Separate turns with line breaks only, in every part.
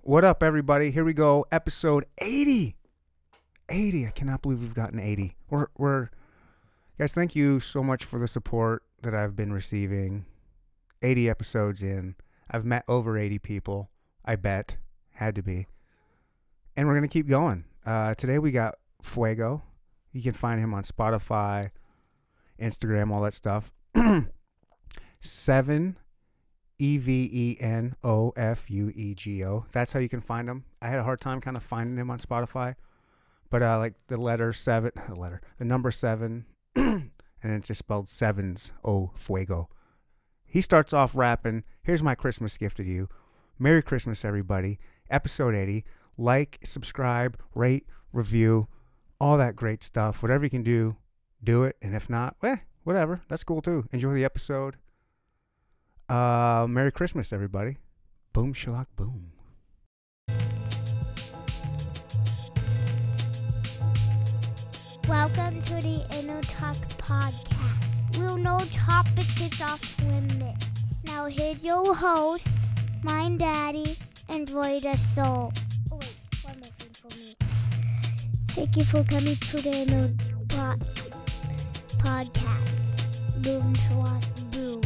What up, everybody? Here we go. Episode 80. 80. I cannot believe we've gotten 80. We're, we're, guys, thank you so much for the support that I've been receiving. 80 episodes in. I've met over 80 people. I bet. Had to be. And we're going to keep going. Uh, today we got Fuego. You can find him on Spotify, Instagram, all that stuff. Seven E V E N O F U E G O. That's how you can find him. I had a hard time kind of finding him on Spotify, but uh, like the letter seven, the letter, the number seven, and it's just spelled sevens. O fuego. He starts off rapping. Here's my Christmas gift to you. Merry Christmas, everybody. Episode 80. Like, subscribe, rate, review, all that great stuff. Whatever you can do, do it. And if not, eh, whatever. That's cool too. Enjoy the episode. Uh, Merry Christmas, everybody. Boom, shalock, boom.
Welcome to the Inno Talk podcast. We'll no topic is off limits. Now here's your host, Mine Daddy, and Roy the Soul. Oh wait, one more thing for me. Thank you for coming to the Inno Talk podcast. Boom, swat, boom.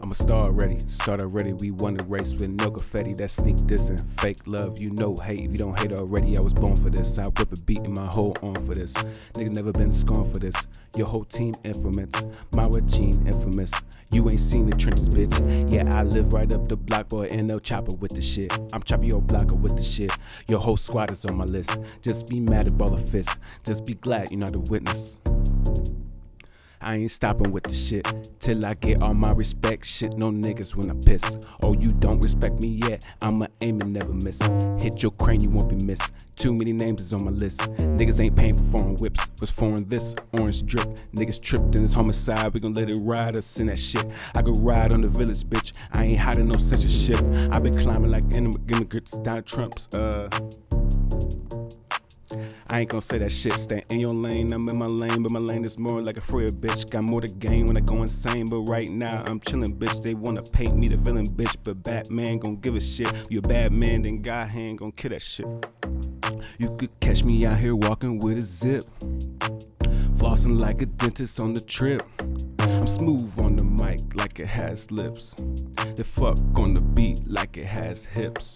I'm a star already, start already. We won the race with no confetti. That sneak dissing, fake love. You know hate if you don't hate already. I was born for this. I whip a beat in my whole arm for this. Nigga never been scorned for this. Your whole team infamous, my regime infamous. You ain't seen the trenches, bitch. Yeah, I live right up the block, boy, and no chopper with the shit. I'm chopping your blocker with the shit. Your whole squad is on my list. Just be mad at ball of fist. Just be glad you're not a witness. I ain't stopping with the shit till I get all my respect. Shit, no niggas when I piss. Oh, you don't respect me yet? I'ma aim and never miss. Hit your crane, you won't be missed. Too many names is on my list. Niggas ain't paying for foreign whips. Was foreign this? Orange drip. Niggas tripped in this homicide. We gon' let it ride us in that shit. I could ride on the village, bitch. I ain't hiding no censorship. I been climbing like immig- immigrants, Donald Trump's. Uh. I ain't gon' say that shit. Stay in your lane, I'm in my lane, but my lane is more like a freer bitch. Got more to gain when I go insane, but right now I'm chillin', bitch. They wanna paint me the villain, bitch, but Batman gon' give a shit. You a bad man, then God hand gon' kill that shit. You could catch me out here walking with a zip, flossing like a dentist on the trip. I'm smooth on the mic like it has lips. The fuck on the beat like it has hips.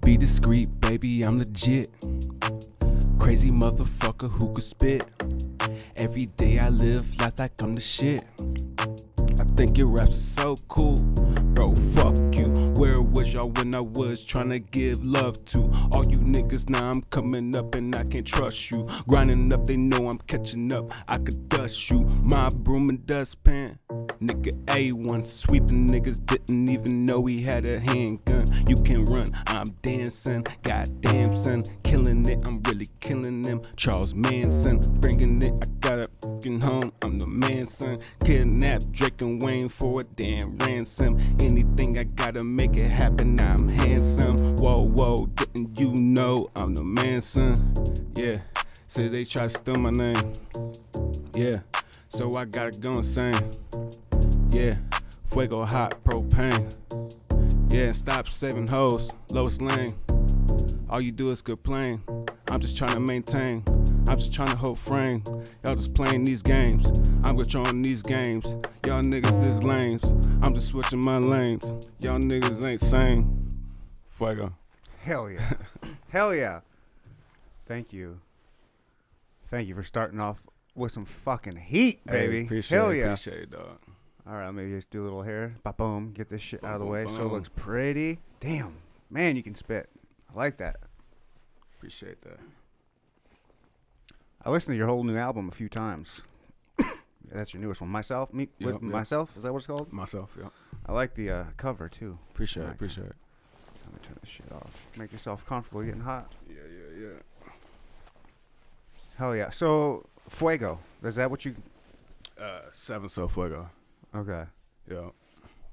Be discreet, baby, I'm legit. Crazy motherfucker who could spit. Every day I live life like I'm the shit. I think your raps are so cool, bro. Fuck you. Where was y'all when I was trying to give love to all you niggas? Now I'm coming up and I can't trust you. Grinding up, they know I'm catching up. I could dust you, my broom and dustpan. Nigga A1 sweeping niggas didn't even know he had a handgun. You can run, I'm dancing. Goddamn son, killing it. I'm really killing them. Charles Manson, bringing it. I got a fucking home. I'm the Manson. Kidnap Drake and Wayne for a damn ransom. Anything I gotta make it happen. I'm handsome. Whoa, whoa, didn't you know I'm the Manson? Yeah, say they try to steal my name. Yeah, so I gotta go insane. Yeah, fuego hot propane. Yeah, stop saving hoes, lowest lane. All you do is complain. I'm just trying to maintain. I'm just trying to hold frame. Y'all just playing these games. I'm controlling these games. Y'all niggas is lames. I'm just switching my lanes. Y'all niggas ain't sane. Fuego.
Hell yeah. Hell yeah. Thank you. Thank you for starting off with some fucking heat, baby.
Hey, appreciate
Hell
it,
yeah.
Appreciate it, dog.
All right, let me just do a little hair. Ba boom. Get this shit out of the way so it
Ba-boom.
looks pretty. Damn. Man, you can spit. I like that.
Appreciate that.
I listened to your whole new album a few times. That's your newest one. Myself? Me? with
Yep, yep.
myself? Is that what it's called?
Myself, yeah.
I like the uh, cover too.
Appreciate it.
Okay.
Appreciate it.
Let me turn this shit off. Make yourself comfortable. You're getting hot.
Yeah, yeah, yeah.
Hell yeah. So Fuego. Is that what you?
Uh, seven so fuego.
Okay.
Yo,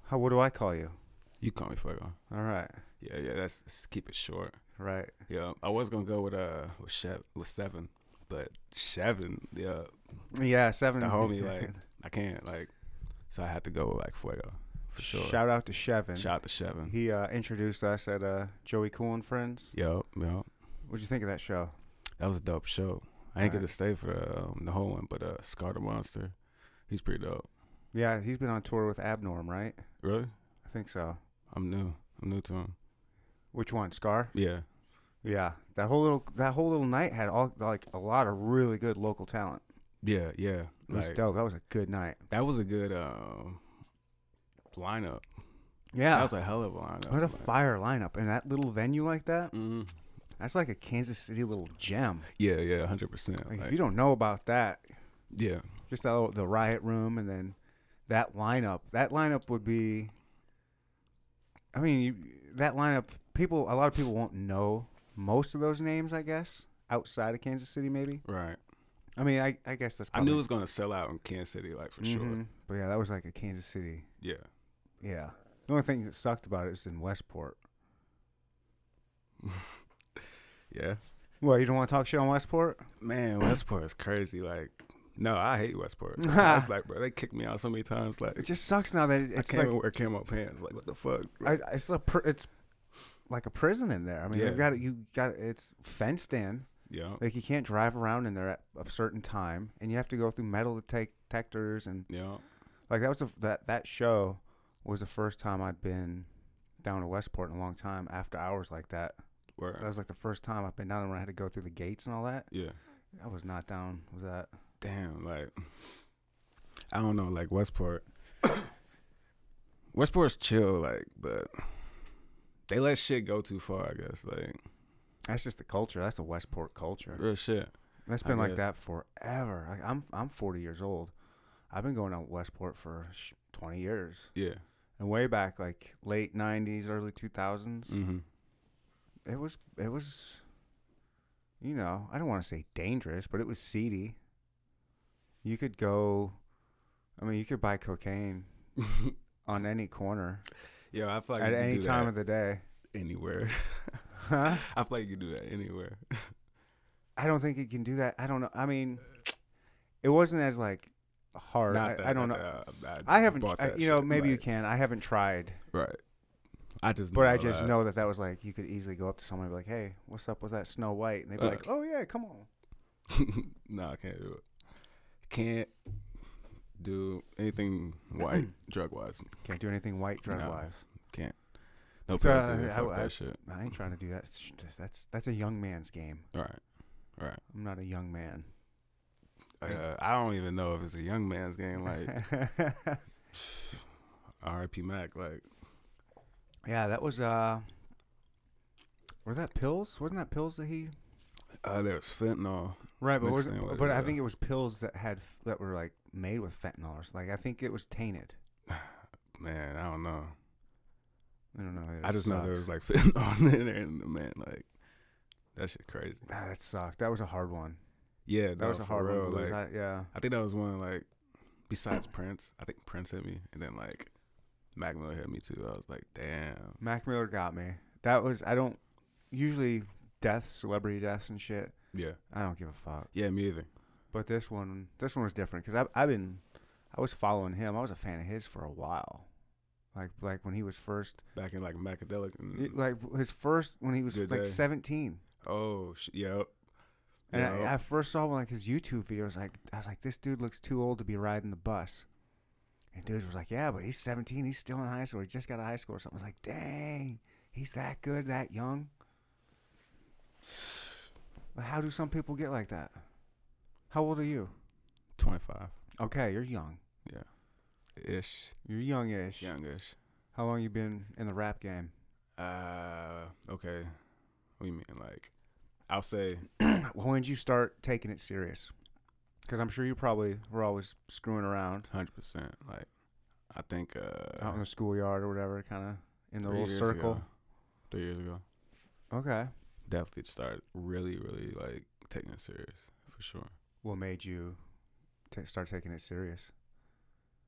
How? What do I call you?
you call me fuego.
All right.
Yeah, yeah. That's, let's keep it short.
Right.
Yeah, I was gonna go with uh with Chev, with seven, But seven, yeah,
Yeah,
it's
seven.
the homie. Like I can't like, so I had to go with like Fuego for sure. Shout,
Shout out to Shevin.
out to Seven.
He uh, introduced us at uh, Joey Cool and Friends.
Yo, yo,
What'd you think of that show?
that was a dope show. I ain't
Alright.
get to stay for the, um, the whole one, but uh, Scar the Monster, he's pretty dope.
Yeah, he's been on tour with Abnorm, right?
Really?
I think so.
I'm new. I'm new to him.
Which one, Scar?
Yeah.
Yeah, that whole little that whole little night had all like a lot of really good local talent.
Yeah, yeah.
It was
Like,
dope. That was a good night.
that was a good um, lineup.
Yeah,
That was a hell of a lineup.
what a
like,
fire lineup in that little venue like that.
mm,
That's like a Kansas City little gem.
yeah, yeah, hundred percent.
Like, if
Like,
you don't know about that,
yeah,
just that little, the riot room and then that lineup. That lineup would be. I mean, you, that lineup. People, a lot of people won't know most of those names. I guess outside of Kansas City, maybe.
right.
I mean, I, I guess that's.
I
Probably,
knew it was gonna sell out in Kansas City, like for sure.
Mhm. But yeah, that was like a Kansas City.
Yeah,
Yeah. The only thing that sucked about it is in Westport.
yeah.
Well, you don't want to talk shit on Westport?
Man, Westport is crazy. Like, no, I hate Westport. That's like, bro, they kicked me out so many times. Like,
It just sucks now that it,
I
it's
can't
like
even wear camo pants. Like, what the fuck?
I, it's a pr- it's like a prison in there. I mean,
Yeah.
they've got it. You got it's fenced in.
yeah,
Like you can't drive around in there at a certain time, and you have to go through metal detec- detectors and
yeah.
like that was the, that that show was the first time I'd been down to Westport in a long time after hours like that. That
Where?
was like the first time I've been down there when I had to go through the gates and all that.
Yeah.
I was not down with that.
damn, like I don't know, like Westport. Westport's chill, like, but they let shit go too far, I guess. Like
That's just the culture. That's the Westport culture.
real shit.
That's
I
been like
guess.
that forever. Like I'm I'm 40 years old. I've been going out Westport for sh- 20 years,
Yeah.
and way back like late 90s, early 2000s,
Mm-hmm.
it was it was, you know, I don't want to say dangerous, but it was seedy. You could go, I mean, you could buy cocaine on any corner
Yo, I feel like
at
Oh, you can
any
do
time
that
of the day.
anywhere.
Huh?
I feel like you can do that anywhere.
I don't think it can do that. I don't know. I mean, it wasn't as like hard. I, I don't know.
that uh,
I haven't,
bought
I-
that
you know,
shit,
maybe you
like,
can. I haven't tried,
Right. I just
but I just
like,
know that that was like you could easily go up to someone and be like, "Hey, what's up with that Snow White?" And they'd be
Uh.
like, "Oh yeah, come on."
no, I can't do it. Can't do anything white drug wise.
Can't do anything white drug
No.
wise.
No
It's, uh,
parasitic,
I-
fuck
I-
that shit.
I ain't trying to do that. Sh- That's that's a young man's game.
All right. All right.
I'm not a young man.
Uh, I don't even know if it's a young man's game. Like, R.I.P. Mac. Like,
yeah, that was uh, were that pills? Wasn't that pills that he?
uh, there's fentanyl.
Right, but was,
Mixed in with
but
it,
I
yeah.
think it was pills that had that were like made with fentanyl or something. Like I think it was tainted.
Man, I don't know.
I don't know.
I
It
just know there
sucks.
was like fentanyl in there, and man, like, that shit crazy.
Ah, that sucked. That was a hard one.
Yeah,
That was a hard
real.
one. to lose.
Like, I,
I- yeah.
think that was one like, besides Prince, I think Prince hit me, and then like, Mac Miller hit me too. I was like, damn.
Mac Miller got me. That was I don't usually deaths, celebrity deaths and shit.
Yeah,
I don't give a fuck.
yeah, me either.
But this one, this one was different because I I've been I was following him. I was a fan of his for a while. Like like when he was first,
Back in like Macadelic. And,
it- like his first when he was
Mm. Good
like
day.
seventeen.
oh, sh- yep.
And
Yep.
I, I first saw like his YouTube videos. Like I was like, this dude looks too old to be riding the bus. And dudes was like, yeah, but he's 17. He's still in high school. He just got out of high school or something. I was like, dang, he's that good, that young. But how do some people get like that? How old are you?
25
Okay, you're young.
ish,
You're youngish.
youngish.
How long you been in the rap game?
Uh, okay. What do you mean? Like, I'll say,
when did you start taking it serious? Because I'm sure you probably were always screwing around
hundred percent. Like, I think uh,
out in the schoolyard or whatever, kind of in the
three
little
years
circle.
ago- three years ago,
Okay.
definitely started really, really like taking it serious for sure.
What made you ta start taking it serious?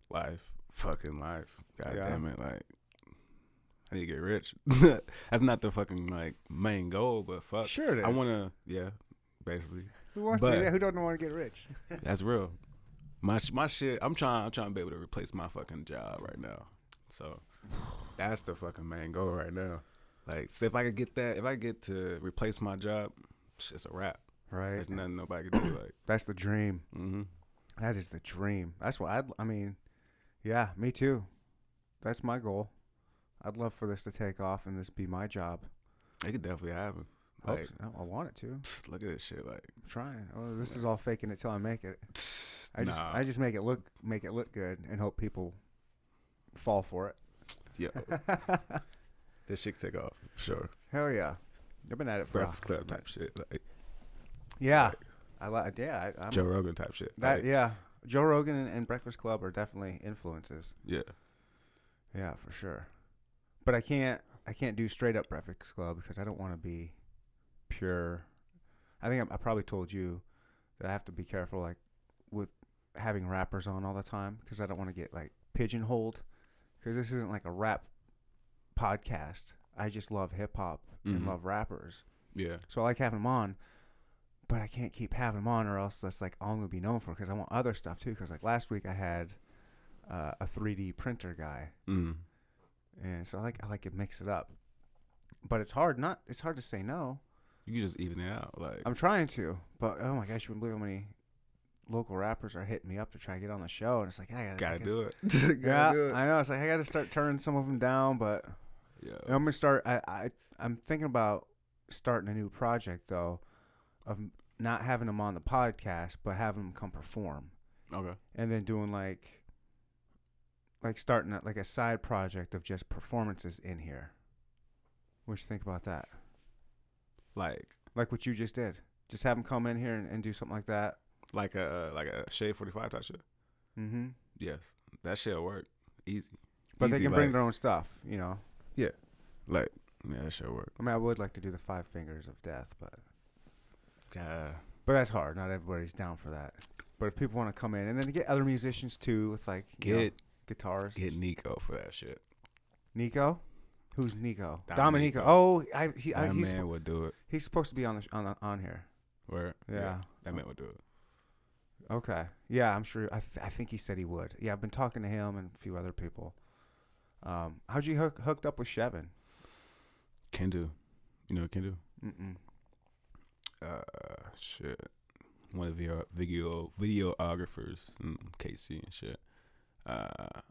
Life, fucking life. God
Yeah.
damn it! Like, I need to get rich. That's not the fucking like main goal, but fuck,
Sure, it
I want to. Yeah, basically.
Who wants to
Uh, But-
do that? Who doesn't want to get rich?
That's real. My sh- my shit. I'm trying. I'm trying to be able to replace my fucking job right now. So that's the fucking main goal right now. Like, so if I could get that, if I get to replace my job, psh, it's a wrap.
Right.
There's nothing nobody can do. Like,
That's the dream.
mm-hmm.
That is the dream. That's what I'd, I mean, yeah, me too. That's my goal. I'd love for this to take off and this be my job.
it could definitely happen.
I hope
Like,
so. I want it to. I'm
psh, look at this shit. Like,
trying. Oh, this is all faking it till I make it.
tss,
I just,
nah.
I just make it look, make it look good, and hope people fall for it.
yeah, this shit could take off. for Sure,
Hell yeah, I've been at it for. a-
Breakfast Club type shit. Like
Yeah, I like. Yeah, I, I'm,
Joe Rogan type shit.
that.
like,
yeah, Joe Rogan and, and Breakfast Club are definitely influences.
yeah.
Yeah, for sure. But I can't I can't do straight up Breakfast Club because I don't want to be pure. I think I, I probably told you that I have to be careful like with having rappers on all the time because I don't want to get like pigeonholed because this isn't like a rap podcast. I just love hip hop and
Mhm.
love rappers.
Yeah.
So I like having them on, but I can't keep having them on, or else that's like all I'm gonna be known for. Because I want other stuff too. Because like last week I had uh, a 3D printer guy,
Mm.
and so I like I like to mix it up. But it's hard not it's hard to say no.
You can just even it out. Like,
I'm trying to, but oh my gosh, you wouldn't believe how many local rappers are hitting me up to try to get on the show, and it's like I gotta,
gotta
I
do it.
guess- Yeah, I know. It's like I gotta start turning some of them down, but
Yeah.
I'm gonna start. I, I I'm thinking about starting a new project though, of m- not having them on the podcast, but having them come perform,
Okay.
and then doing like, like starting a, like a side project of just performances in here. What you think about that?
Like,
Like what you just did. Just have them come in here and, and do something like that.
like a like a shade forty five type shit.
Mm-hmm.
Yes, that shit'll work easy.
But they
Easy,
can bring
like-
their own stuff, you know.
Like, yeah, that shit'll work.
I mean, I would like to do the five fingers of death, but
Uh,
But that's hard. Not everybody's down for that. But if people want to come in, and then get other musicians too with like you know,
get
guitars,
get Nico for that shit.
Nico, who's Nico? Dominico.
Dominico.
Oh, I, he, I,
That
he's
man would do it.
he's supposed to be on the sh- on on here.
Where?
Yeah.
that man would do it.
Okay. Yeah, I'm sure. I th- I think he said he would. Yeah, I've been talking to him and a few other people. Um, how'd you hook hooked up with Shevin?
Can do. You know what can do?
Mm-mm.
Uh, shit. One of your video videographers, in KC and shit. Uh,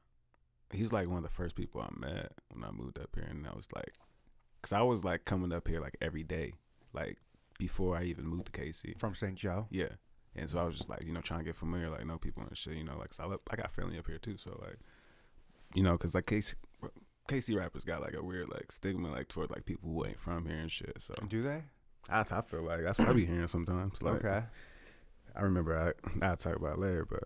he was like one of the first people I met when I moved up here, and I was like, cause I was like coming up here like every day, like before I even moved to KC.
From St. Joe.
Yeah. And so I was just like, you know, trying to get familiar, like know people and shit, you know, like 'cause I look, I got family up here too, so like, you know, cause like KC, KC rappers got like a weird like stigma like toward like people who ain't from here and shit. So
Do they?
I, I feel like that's what I be hearing sometimes. Like,
okay.
I remember I I'll talk about it later, but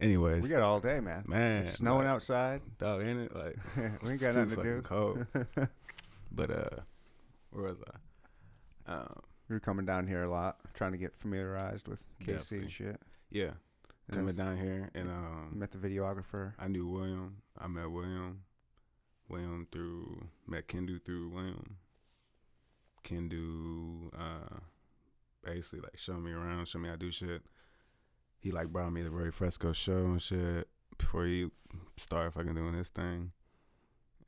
We
anyways,
got all day, man.
man,
It's snowing
like,
outside.
dog, ain't it? Like
we ain't
it's
got
too
nothing to
fucking
do.
Cold. but uh, where was I? Um,
We were coming down here a lot, trying to get familiarized with KC
Definitely.
and shit. And
yeah, coming
that's-
down here and um,
Met the videographer.
I knew William. I met William. William through met Kendu through William. Kendu uh basically like showed me around, showed me how to do shit. He like brought me to Ray Fresco show and shit before he started fucking doing his thing.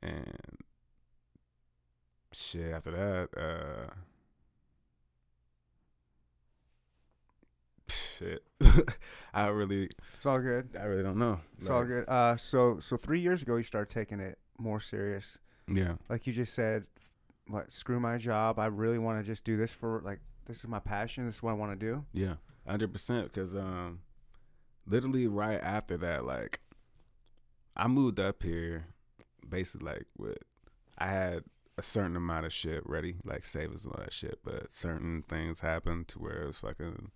And shit after that, uh shit. I really
It's all good.
I really don't know.
It's all
Like,
good. Uh, so so three years ago, you started taking it more serious.
Yeah.
Like you just said, what? Screw my job. I really want to just do this for like this is my passion. This is what I want to do.
Yeah, hundred percent. Because um, literally right after that, like, I moved up here, basically like with, I had a certain amount of shit ready, like savings and all that shit, but certain things happened to where it was fucking,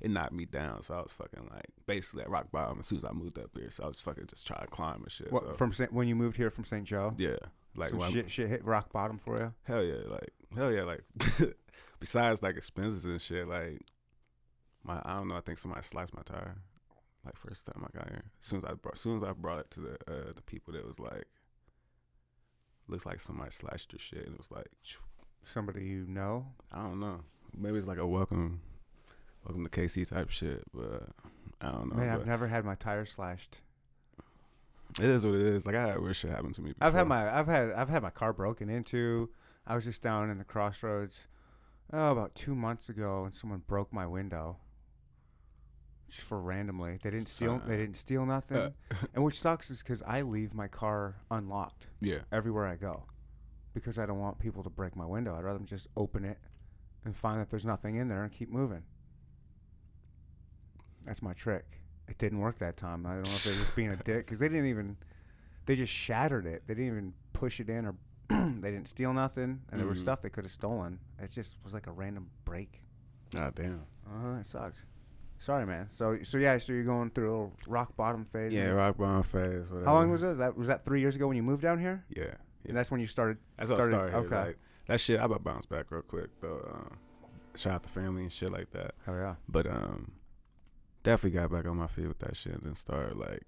it knocked me down. So I was fucking like basically at rock bottom as soon as I moved up here. So I was fucking just trying to climb and shit.
What,
so,
From Saint, when you moved here from St. Joe,
yeah, like
some
when I-
shit shit hit rock bottom for you.
Hell yeah, like hell yeah, like besides like expenses and shit, like my I don't know, I think somebody sliced my tire. Like first time I got here. As soon as I brought as soon as I brought it to the uh the people that was like looks like somebody sliced your shit and it was like phew,
Somebody you know.
I don't know. Maybe it's like a welcome Welcome to KC type shit, but I don't know.
Man,
but
I've never had my tire slashed.
it is what it is. Like I had weird shit happen to me. Before.
I've had my I've had I've had my car broken into. I was just down in the crossroads oh, about two months ago, and someone broke my window. Just for randomly, they didn't steal.
Uh.
they didn't steal nothing, and which sucks is because I leave my car unlocked
yeah.
everywhere I go, because I don't want people to break my window. I'd rather them just open it and find that there's nothing in there and keep moving. That's my trick. It didn't work that time. I don't know if they were just being a dick because they didn't even. They just shattered it. They didn't even push it in or they didn't steal nothing. And there was
Mhm.
stuff they could have stolen. It just was like a random break.
Ah damn.
Uh huh. It sucks. Sorry, man. So so yeah. So you're going through a little rock bottom phase.
Yeah, rock bottom phase. Whatever.
How long was that? that? Was that three years ago when you moved down here?
Yeah. yeah.
And that's when you started.
That's how it started.
Okay.
Like, that shit, I about bounce back real quick though. Um, shout out the family and shit like that.
oh yeah.
But um, definitely got back on my feet with that shit and then started like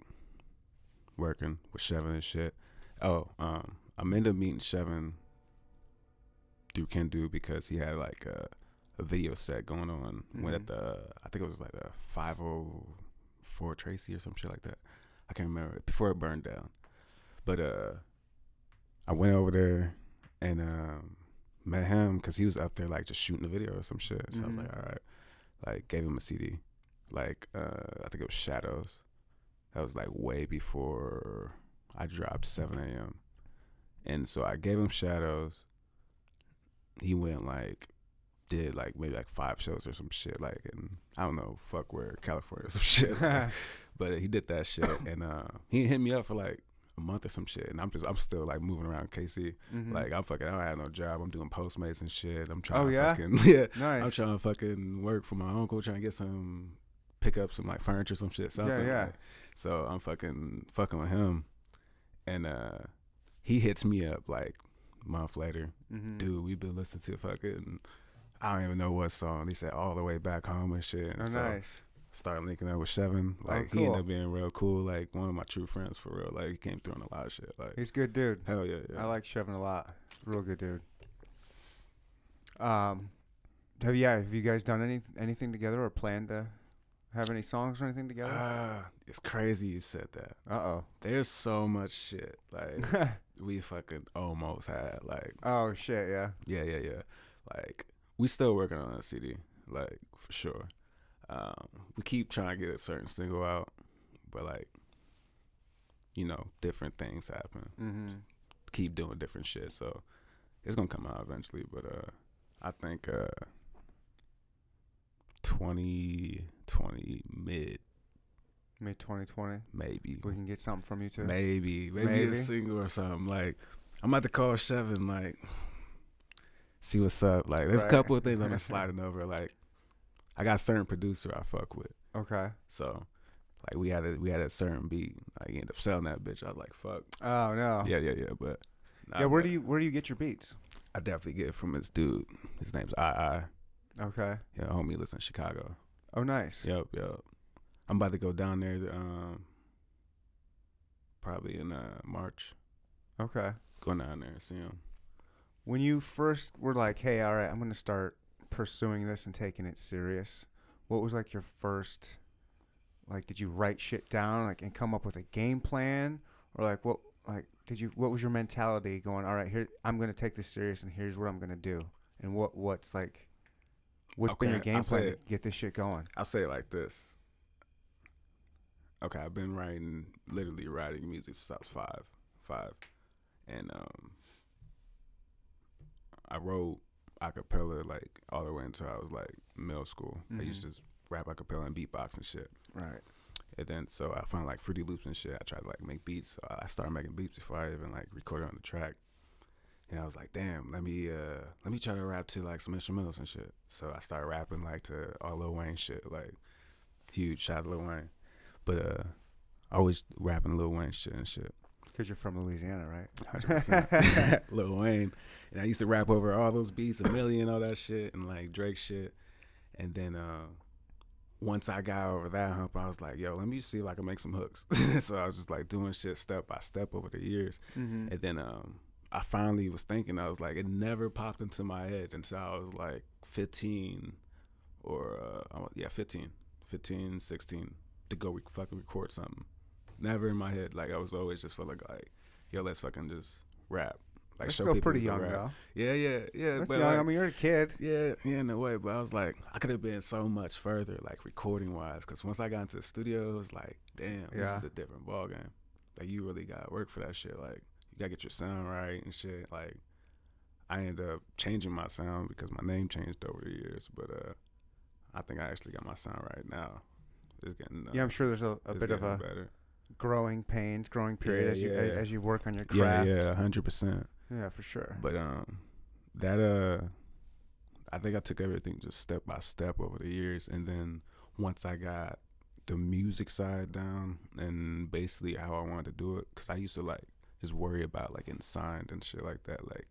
working with Chevin and shit. Oh, um, I ended up meeting Chevin through Can Do because he had like a, a video set going on when
Mhm.
at the I think it was like a five oh four Tracy or some shit like that. I can't remember before it burned down. But uh, I went over there and um met him because he was up there like just shooting a video or some shit. So I was
Mhm.
like, all right, like gave him a CD, like uh I think it was Shadows. That was like way before I dropped 7 a.m. And so I gave him Shadows. He went like did like maybe like five shows or some shit like and I don't know fuck where California or some shit. But he did that shit, and uh, he hit me up for like a month or some shit, and I'm just I'm still like moving around KC.
Mhm.
Like I'm fucking I don't have no job. I'm doing Postmates and shit. I'm trying. to
Oh, yeah?
Fucking, yeah.
nice.
I'm trying to fucking work for my uncle, trying to get some, pick up some like furniture, some shit. Something.
yeah.
like. So I'm fucking fucking with him, and uh, he hits me up like a month later
Mhm.
dude, we've been listening to fucking, I don't even know what song. He said all the way back home and shit. And
Oh,
so
nice. Oh,
started linking up with Chevin. Like he
cool.
ended up being real cool. Like one of my true friends for real. Like he came through on a lot of shit. Like
He's a good dude.
hell yeah, yeah.
I like Chevin a lot. Real good dude. Um, have yeah? Have you guys done any anything together or planned to have any songs or anything together?
Ah, it's crazy you said that.
Uh
There's so much shit like
oh.
we fucking almost had. Like
oh shit! Yeah.
yeah, yeah, yeah. Like we still working on a CD. Like for sure. Um, we keep trying to get a certain single out, but like you know, different things happen.
Mm-hmm.
keep doing different shit. So it's gonna come out eventually. But uh I think uh twenty twenty mid
Mid 2020,
maybe.
we can get something from you too.
Maybe. Maybe
Maybe.
a single or something. Like I'm about to call Chevin like see what's up. Like there's
Right.
a couple of things I'm just sliding over. Like I got a certain producer I fuck with.
Okay.
So like we had a we had a certain beat. I ended up selling that bitch. I was like, fuck.
Oh no.
Yeah, yeah, yeah. But nah,
Yeah. Where
but
do you where do you get your beats?
I definitely get it from this dude. His name's I I.
Okay.
Yeah, homie lives in Chicago.
Oh nice.
Yep, yep. I'm about to go down there um probably in uh March.
Okay.
Going down there and see him.
when you first were like, "Hey, all right, I'm gonna start pursuing this and taking it serious," what was like your first? Like, did you write shit down, like, and come up with a game plan, or like, what, like, did you? What was your mentality going? All right, here, I'm gonna take this serious, and here's what I'm gonna do, and what, what's like, what's been
Okay,
your game
I'll
plan
say
to
it.
get this shit going?
I'll say it like this. Okay, I've been writing literally writing music since I was five. Five. And um I wrote a cappella like all the way until I was like middle school. I used to just rap a cappella and beatbox and shit.
Right.
And then so I found like Fruity Loops and shit. I tried to like make beats. So I I started making beats before I even like recorded on the track. And I was like, damn, let me uh let me try to rap to like some instrumentals and shit. So I started rapping like to all Lil Wayne shit, like huge shout out to Lil Wayne. But uh I was rapping Lil Wayne shit and shit.
Because you're from Louisiana, right?
100%. Lil Wayne. And I used to rap over all those beats, a million, all that shit, and like Drake shit. And then uh, once I got over that hump, I was like, yo, let me see if I can make some hooks. so I was just like doing shit step by step over the years.
Mm-hmm.
And then um, I finally was thinking, I was like, it never popped into my head until I was like 15 or uh, I wa- yeah, 15, 15, 16 to go re- fucking record something. Never in my head. Like I was always just feeling like, yo, let's fucking just rap. Like
That's
show
still
people
pretty
we can
young
rap.
though.
Yeah, yeah, yeah.
That's
Uh, but
young.
like-
I mean, you're a kid.
yeah, yeah, in a way. But I was like, I could have been so much further, like recording wise, because once I got into the studio, it was like, damn, this
Yeah.
is a different ball game. Like you really got to work for that shit. Like you got to get your sound right and shit. Like I ended up changing my sound because my name changed over the years, but uh, I think I actually got my sound right now. It's getting uh,
Yeah, I'm sure there's a, a
it's
bit of
getting
a
better.
growing pains, growing period
Yeah,
as you
yeah.
as you work on your
yeah,
craft.
yeah, hundred percent.
Yeah, for sure.
But um, that uh, I think I took everything just step by step over the years, and then once I got the music side down and basically how I wanted to do it, because I used to like just worry about like getting signed and shit like that. Like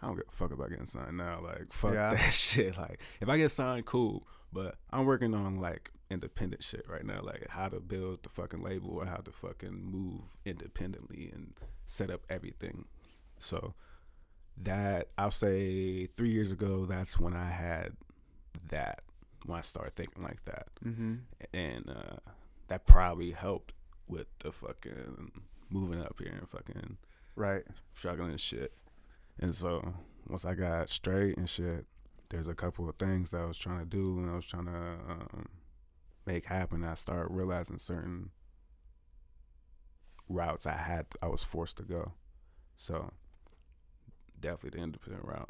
I don't give a fuck about getting signed now. Like fuck
Yeah.
that shit. Like if I get signed, cool. But I'm working on like independent shit right now, like how to build the fucking label and how to fucking move independently and set up everything. So that I'll say three years ago, that's when I had that when I started thinking like that,
mm-hmm.
and uh, that probably helped with the fucking moving up here and fucking
Right.
struggling and shit. And so once I got straight and shit, there's a couple of things that I was trying to do and I was trying to um, make happen. I started realizing certain routes I had, I was forced to go. So definitely the independent route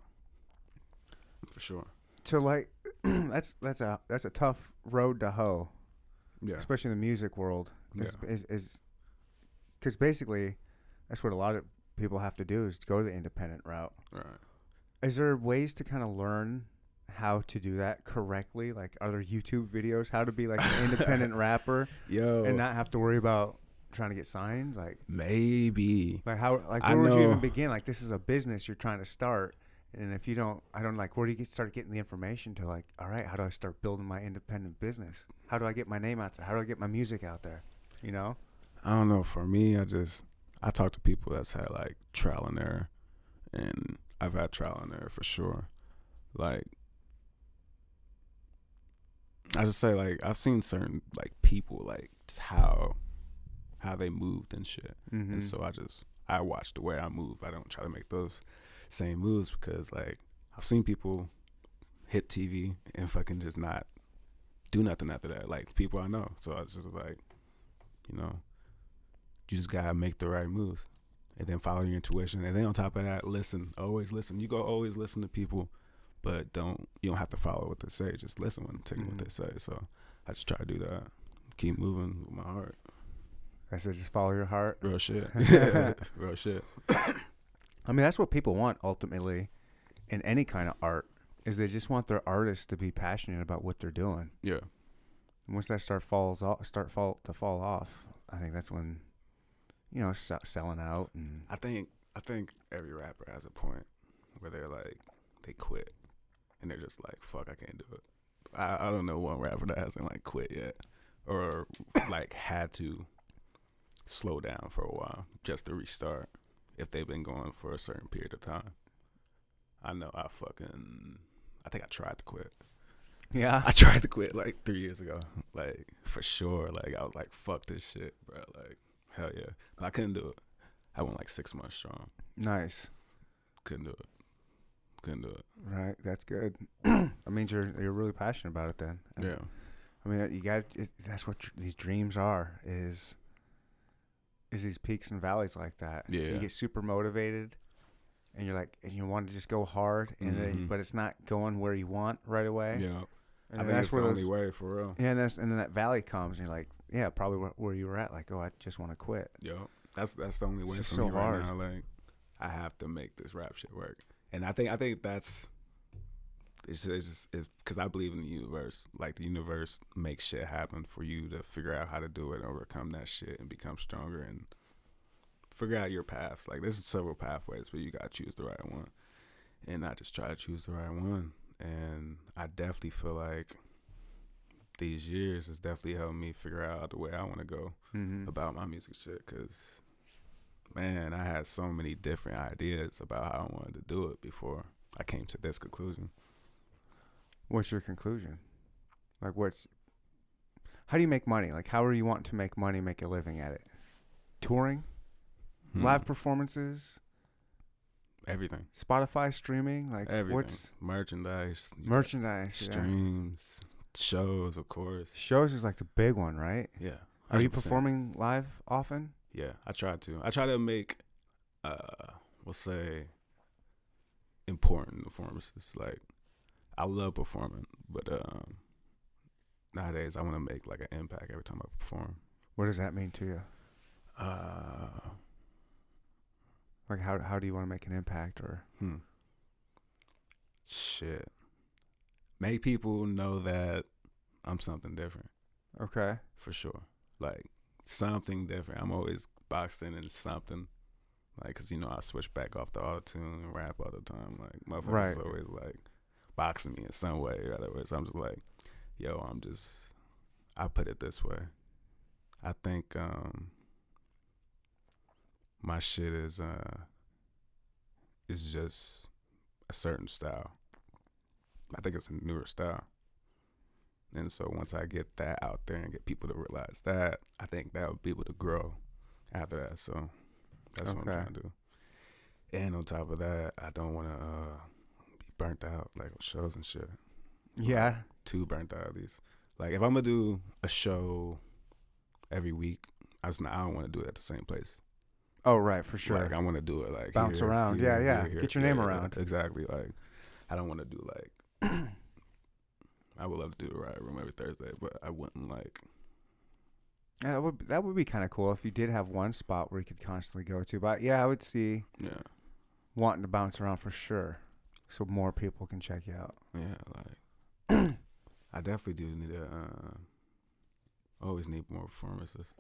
for sure.
To like, that's that's a that's a tough road to hoe,
Yeah,
especially in the music world.
yeah,
Is is because basically, that's what a lot of people have to do is to go the independent route.
right.
Is there ways to kind of learn? How to do that correctly? Like, are there YouTube videos how to be like an independent rapper
Yo,
and not have to worry about trying to get signed? Like,
maybe
Like how? Like
I
where would you even
know.
begin? Like this is a business you're trying to start, and if you don't, I don't like where do you get, start getting the information to like, all right, how do I start building my independent business? How do I get my name out there? How do I get my music out there? You know?
I don't know. For me, I just I talk to people that's had like trial and error, and I've had trial and error for sure. Like I just say, like I've seen certain like people like just how how they moved and shit,
Mm-hmm.
and so I just I watch the way I move. I don't try to make those same moves because like I've seen people hit TV and fucking just not do nothing after that. Like people I know, so I was just like, you know, you just gotta make the right moves and then follow your intuition. And then on top of that, listen. Always listen. You go always listen to people, but don't you don't have to follow what they say. Just listen when taking what
Mhm.
they say. So I just try to do that. Keep moving with my heart.
I said, just follow your heart.
Real shit. Real shit.
I mean, that's what people want ultimately, in any kind of art, is they just want their artists to be passionate about what they're doing.
Yeah.
And once that start falls off, start fall to fall off, I think that's when, you know, se- selling out and
I think I think every rapper has a point where they're like they quit and they're just like fuck I can't do it. I, I don't know one rapper that hasn't like quit yet or like had to slow down for a while just to restart if they've been going for a certain period of time. I know I fucking I think I tried to quit.
yeah,
I tried to quit like three years ago, like for sure. Like I was like, "Fuck this shit, bro!" Like hell yeah, but I couldn't do it. I went like six months strong.
nice.
Couldn't do it. Couldn't do it.
Right, that's good. that means you're you're really passionate about it. Then,
Yeah,
I mean, you got it, that's what tr- these dreams are is is these peaks and valleys like that.
Yeah.
you get super motivated, and you're like, and you want to just go hard, and then,
Mhm.
but it's not going where you want right away.
yeah.
and
I
then
think
that's
that's the
where
only
those,
way for real.
yeah, and that's and then that valley comes, and you're like, yeah, probably where, where you were at. Like, oh, I just want to quit.
Yeah, that's that's the only
It's
way for
just
me
so
right
hard.
now. Like I have to make this rap shit work, and I think I think that's it's it's just it's because I believe in the universe. Like the universe makes shit happen for you to figure out how to do it, and overcome that shit, and become stronger and figure out your paths. Like there's several pathways, but you gotta choose the right one, and I just try to choose the right one. And I definitely feel like these years has definitely helped me figure out the way I want to go
Mm-hmm.
about my music shit because man i had so many different ideas about how i wanted to do it before i came to this conclusion
What's your conclusion? Like what's how do you make money? Like how are you wanting to make money, make a living at it? Touring,
Hmm.
live performances,
everything,
Spotify streaming, like
everything,
what's
merchandise, you got
merchandise? yeah.
streams, shows, of course.
Shows is like the big one, right?
Yeah.
Are you
100%.
performing live often?
Yeah, I try to. I try to make, uh, we'll say, important performances. Like, I love performing, but um, nowadays I want to make like an impact every time I perform.
What does that mean to you?
Uh,
Like how how do you want to make an impact or
hmm. Shit. Make people know that I'm something different
okay?
for sure. Like something different. I'm always boxed in into something. Like, cause you know I switch back off to auto tune and rap all the time. Like motherfuckers
Right.
always like boxing me in some way or other way. So I'm just like, yo, I'm just. I put it this way. I think um my shit is uh is just a certain style. I think it's a newer style. And so once I get that out there and get people to realize that, I think that would be able to grow after that. So that's what I'm
Okay.
trying to do. And on top of that, I don't want to uh, be burnt out like on shows and shit.
Yeah.
Too burnt out at least. Like if I'm gonna do a show every week, I just I don't want to do it at the same place.
Oh right, for sure.
Like I want to do it like
Bounce
here,
around.
here,
Yeah,
here,
yeah.
here,
Get your name
yeah,
around.
Exactly. Like I don't want to do like I would love to do the riot room every Thursday, but I wouldn't like
Yeah, that would that would be kind of cool if you did have one spot where you could constantly go to. But yeah, I would see
yeah
wanting to bounce around for sure, so more people can check you out.
yeah like I definitely do need to uh, always need more performances,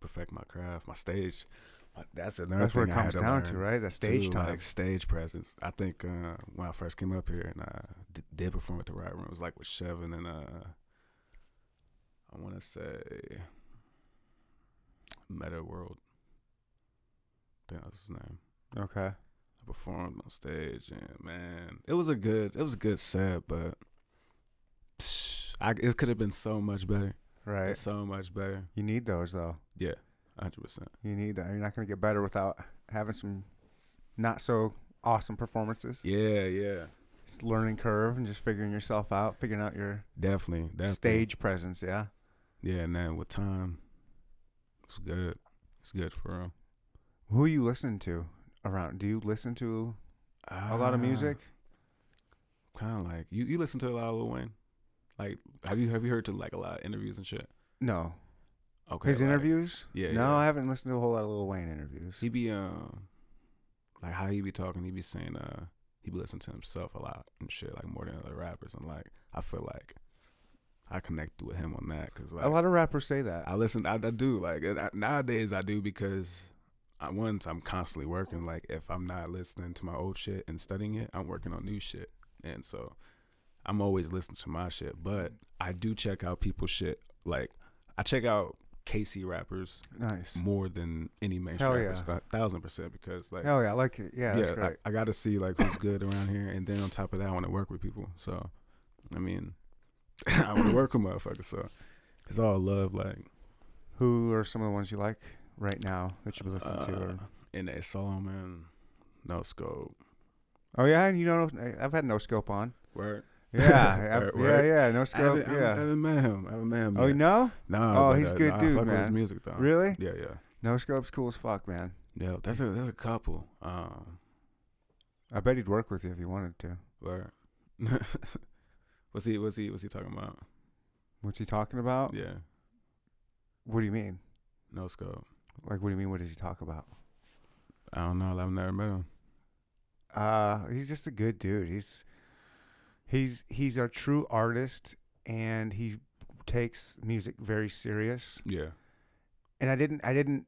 perfect my craft, my stage. My- That's another
That's where it
thing I had
comes down
learn.
to, right? That stage
too,
time.
like stage presence. I think uh, when I first came up here and I d- did perform at the Riot Room, it was like with Chevin and uh, I want to say Meta World. I think that was his name.
okay.
I performed on stage and man, it was a good, it was a good set, but I, it could have been so much better.
Right.
So much better.
You need those though.
Yeah, hundred percent.
You need that. You're not gonna get better without having some not so awesome performances.
Yeah, yeah,
Just learning curve and just figuring yourself out, figuring out your
definitely. definitely.
stage presence. Yeah.
Yeah, and then with time, it's good. It's good for real.
Who are you listening to around? Do you listen to a lot of
Ah.
music?
Kind of Ah, like you. You listen to a lot of Lil Wayne. Like, have you have you heard to like a lot of interviews and shit?
No.
Okay,
His
like,
interviews?
Yeah,
No,
yeah.
I haven't listened to a whole lot of Lil Wayne interviews.
He be um, like how he be talking. He be saying uh, he be listening to himself a lot and shit, like more than other rappers. And like, I feel like I connect with him on that because like
a lot of rappers say that.
I listen. I, I do like and I, nowadays. I do because I, once I'm constantly working. Like if I'm not listening to my old shit and studying it, I'm working on new shit, and so I'm always listening to my shit. But I do check out people's shit. Like I check out KC rappers
nice.
more than any mainstream
Hell
rappers,
yeah.
a thousand percent. Because like
Hell Oh, yeah, I like it. Yeah, that's
yeah,
great.
I, I got to see like who's good around here, and then on top of that, I want to work with people. So, I mean, I want to work with motherfuckers. So it's all love, like.
Who are some of the ones you like right now that you've been listening to? Or,
Uh, and that Solomon, no scope.
oh yeah, you know, I- I've had No Scope on.
Word.
Yeah, I've-
Right, right.
yeah, yeah, No
I haven't,
Scope.
I haven't- I
Yeah.
haven't met him. I haven't met him.
Oh
yet.
no,
Nah,
Oh,
but,
he's
uh,
good
nah, I
dude,
fuck with his
man.
music though.
really?
Yeah, yeah,
No Scope's cool as fuck, man.
yeah. That's a that's a couple. Um,
I bet he'd work with you if he wanted to.
word. what's he? What's he? What's he talking about?
What's he talking about?
Yeah,
What do you mean?
no scope.
Like, what do you mean? What does he talk about?
I don't know. I've never met him.
Uh, he's just a good dude. He's he's he's a true artist, and he takes music very serious.
Yeah,
and I didn't I didn't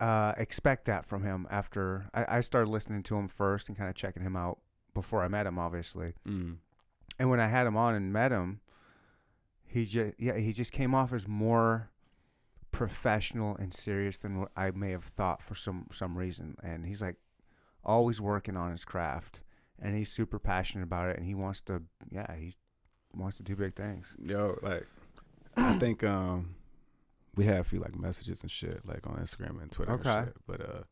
uh, expect that from him after I, I started listening to him first and kind of checking him out before I met him, obviously.
mm.
And when I had him on and met him, he just yeah he just came off as more professional and serious than what I may have thought for some some reason. And he's like always working on his craft, and he's super passionate about it, and he wants to yeah he's
wants to do big things.
Yo, like I think um we had a few like messages and shit like on Instagram and Twitter
Okay.
and shit. But uh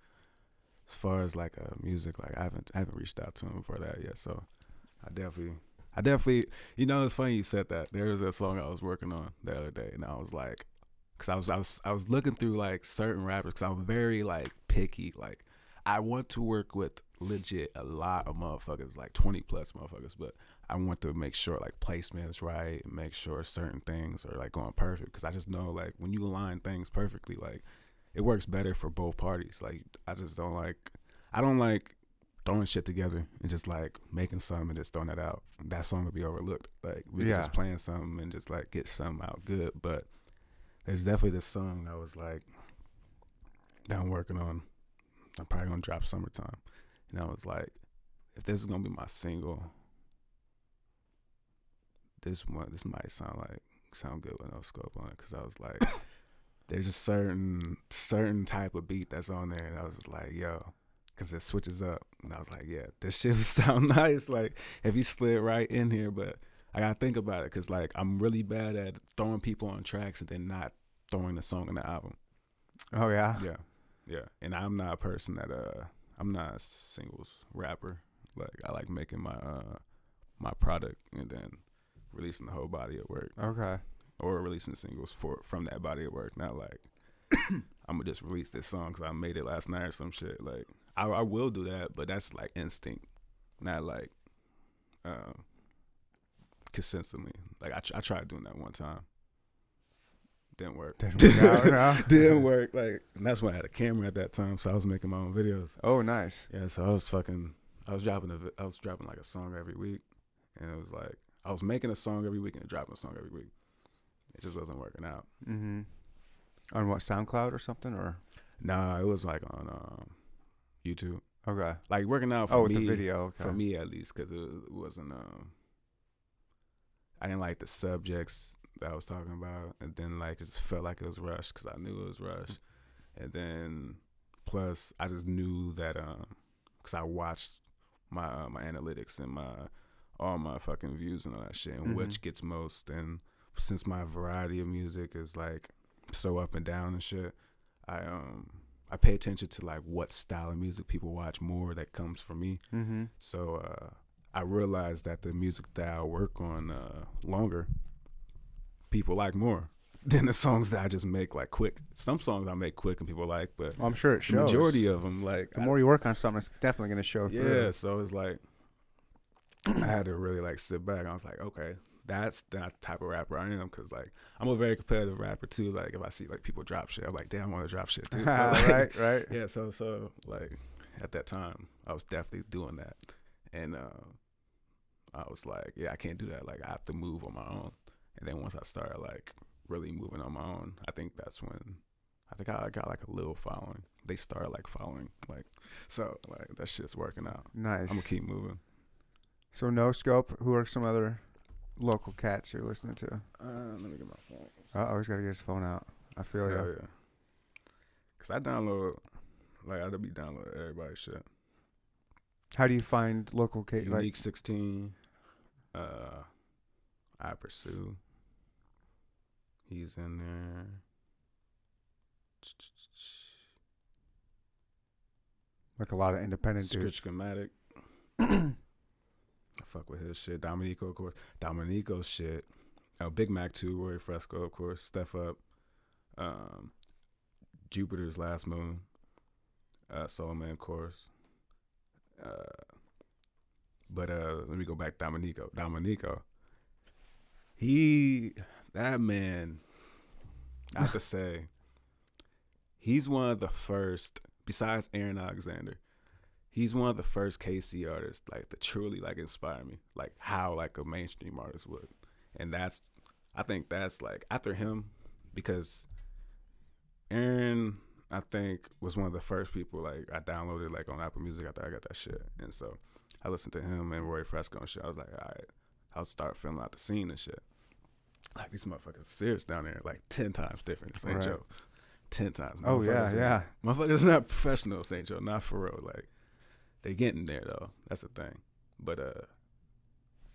as far as like uh music, like I haven't I haven't reached out to him for that yet. So I definitely I definitely you know it's funny you said that. There was a song I was working on the other day and I was like cuz I was I was I was looking through like certain rappers cuz I'm very like picky like I want to work with legit a lot of motherfuckers, like 20 plus motherfuckers, but I want to make sure like placement's right, and make sure certain things are like going perfect. Cause I just know like when you align things perfectly, like it works better for both parties. Like I just don't like, I don't like throwing shit together and just like making some and just throwing it out. That song would be overlooked. Like we
Yeah.
could just playing something and just like get something out good. But there's definitely this song I was like, that I'm working on. I'm probably gonna drop summertime. And I was like, if this is gonna be my single, this one this might sound like sound good with no scope on it. Cause I was like, there's a certain certain type of beat that's on there, and I was just like, yo. Cause it switches up, and I was like, "Yeah, this shit would sound nice." Like if you slid right in here, but I gotta think about it, cause like I'm really bad at throwing people on tracks and then not throwing the song in the album.
Oh yeah.
Yeah, yeah. And I'm not a person that uh, I'm not a singles rapper. Like I like making my uh, my product and then releasing the whole body of work
Okay.
or releasing singles for from that body of work. Not like I'm gonna just release this song because I made it last night or some shit. Like I, I will do that, but that's like instinct, not like um, consistently. Like I, tr- I tried doing that one time, didn't work
Didn't work out, no?
didn't work. Like, and that's when I had a camera at that time, so I was making my own videos.
Oh nice.
Yeah, so I was fucking, I was dropping a, vi- I was dropping like a song every week, and it was like I was making a song every week and dropping a song every week. It just wasn't working out.
Mm-hmm. On what SoundCloud or something or
Nah, it was like on um, YouTube,
okay.
like working out for
oh, with
me,
the video. Okay.
for me at least, because it, was- it wasn't. Um, I didn't like the subjects that I was talking about, and then like it just felt like it was rushed because I knew it was rushed, and then plus I just knew that um, because I watched my uh, my analytics and my all my fucking views and all that shit, and which
Mhm.
gets most, and since my variety of music is like so up and down and shit, I um. I pay attention to like what style of music people watch more that comes from me.
Mm-hmm.
So uh, I realized that the music that I work on uh, longer, people like more than the songs that I just make like quick. Some songs I make quick and people like, but
Well, I'm sure it
the
shows.
majority of them like
the
I-
more you work on something, it's definitely going to show through.
yeah. So it's like I had to really like sit back. I was like, okay, that's that type of rapper I am because like I'm a very competitive rapper too. Like if I see like people drop shit, I'm like, damn, I want to drop shit too. So, like,
right. Right.
yeah so so like at that time i was definitely doing that and uh i was like yeah i can't do that like i have to move on my own and then once i started like really moving on my own i think that's when i think i got like a little following they started like following like so like that shit's working out i'm
Nice.
gonna keep moving
So no scope. Who are some other local cats you're listening to?
uh let me get my phone
I always got to get his phone out. I feel
Hell
you.
Oh, yeah. Cause I download, like I'd be downloading everybody's shit.
How do you find local cat?
Unique
Like,
16. Uh, I pursue. He's in there.
like a lot of independent
Scritch
dudes.
schematic. I fuck with his shit. Dominico, of course. Dominico's shit. Oh, Big Mac too. Roy Fresco, of course. Steph up. Um, Jupiter's Last Moon. Uh, Solomon, of course. Uh, but uh, let me go back. to Dominico. Dominico. He, that man. I have to say, he's one of the first, besides Aaron Alexander, he's one of the first KC artists like that truly like inspire me, like how like a mainstream artist would, and that's I think that's like after him because Aaron I think was one of the first people like I downloaded like on Apple Music after I got that shit, and so I listened to him and Roy Fresco and shit. I was like, all right, I'll start filling out the scene and shit. Like these motherfuckers serious down there, like ten times different. This ain't
Right.
joke. Ten times.
Oh
Motherfuckers
yeah,
ain't-
yeah.
Motherfuckers not professional, St. Joe, not for real. Like they getting there though. That's the thing. But uh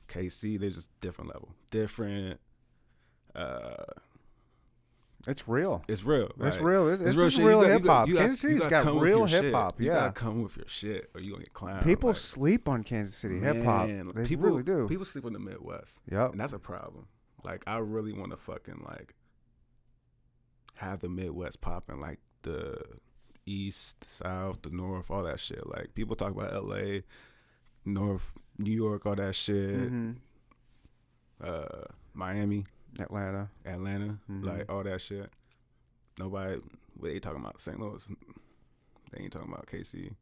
KC, there's just different level, different. Uh,
It's real.
it's real.
It's
right?
real. It's, it's
real
just
shit. You
real
gotta- you
hip hop.
gotta- you gotta-
Kansas
you
City's
gotta
got
come with
real
your shit.
hip hop.
You
Yeah.
gotta come with your shit, or you gonna get clowned.
People
like,
sleep on Kansas City hip hop.
man,
They
people
really do.
People sleep in the Midwest,
yep.
and that's a problem. Like, I really want to fucking like have the Midwest popping, like the East, South, the North, all that shit. Like, people talk about L.A., North, New York, all that shit.
hmm
Uh, Miami.
Atlanta.
Atlanta,
Mhm.
like all that shit. Nobody, what they talking about? St. Louis. They ain't talking about KC.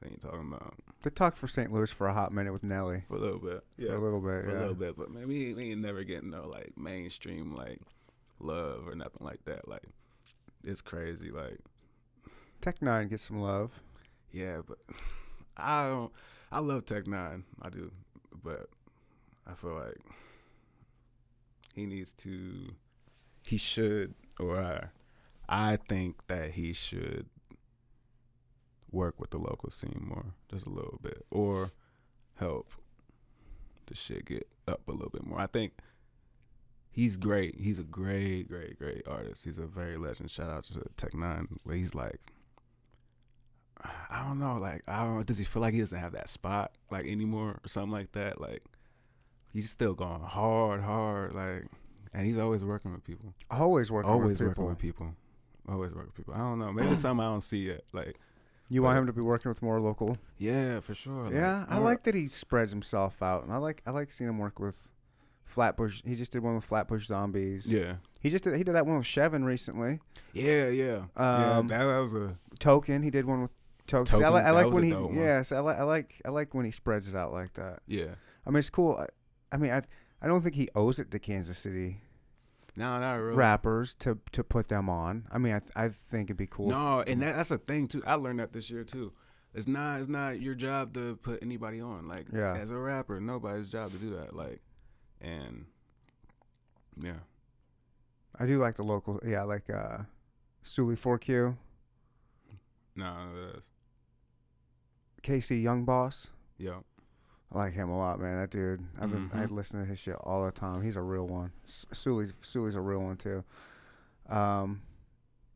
They ain't talking about
They talked for St. Louis for a hot minute with Nelly.
for a little bit. Yeah,
For a little bit.
for
yeah.
a little bit. But man, we, ain't- we ain't never getting no like mainstream like love or nothing like that. Like it's crazy. Like
Tech Nine gets some love.
yeah, but I don't. I love Tech Nine. I do, but I feel like he needs to. He should, or I, I think that he should work with the local scene more, just a little bit, or help the shit get up a little bit more. I think he's great. He's a great, great, great artist. He's a very legend. Shout out to Tech Nine. But he's like, I don't know. Like, I don't. Does he feel like he doesn't have that spot like anymore or something like that? Like, he's still going hard, hard. Like, and he's always working with people.
Always working
always
with people.
working with people. Always working with people. I don't know. Maybe it's something I don't see yet. Like,
You want
But-
him to be working with more local.
yeah, for sure. like,
yeah, I
more-
like that he spreads himself out, and I like I like seeing him work with Flatbush. He just did one with Flatbush Zombies.
Yeah.
He just did, he did that one with Chevin recently.
Yeah, yeah. yeah,
Um,
that, that was a
Token. He did one with Token. See, I,
Token,
li- I
that
like
was
when
a
he
dope one.
yeah. So I, li- I like I like when he spreads it out like that.
yeah.
I mean, it's cool. I, I mean, I I don't think he owes it to Kansas City
No, not really.
rappers to to put them on. I mean, I th- I think it'd be cool.
No, and that, that's a thing too. I learned that this year too. It's not it's not your job to put anybody on. Like
Yeah.
as a rapper, nobody's job to do that. Like and yeah.
I do like the local. Yeah, I like uh, Sully 4Q,
No, none of this.
KC Young Boss.
Yo.
I like him a lot, man. That dude, I've been I
Mhm.
listen to his shit all the time. He's a real one. S- Sully's Sully's a real one too. Um,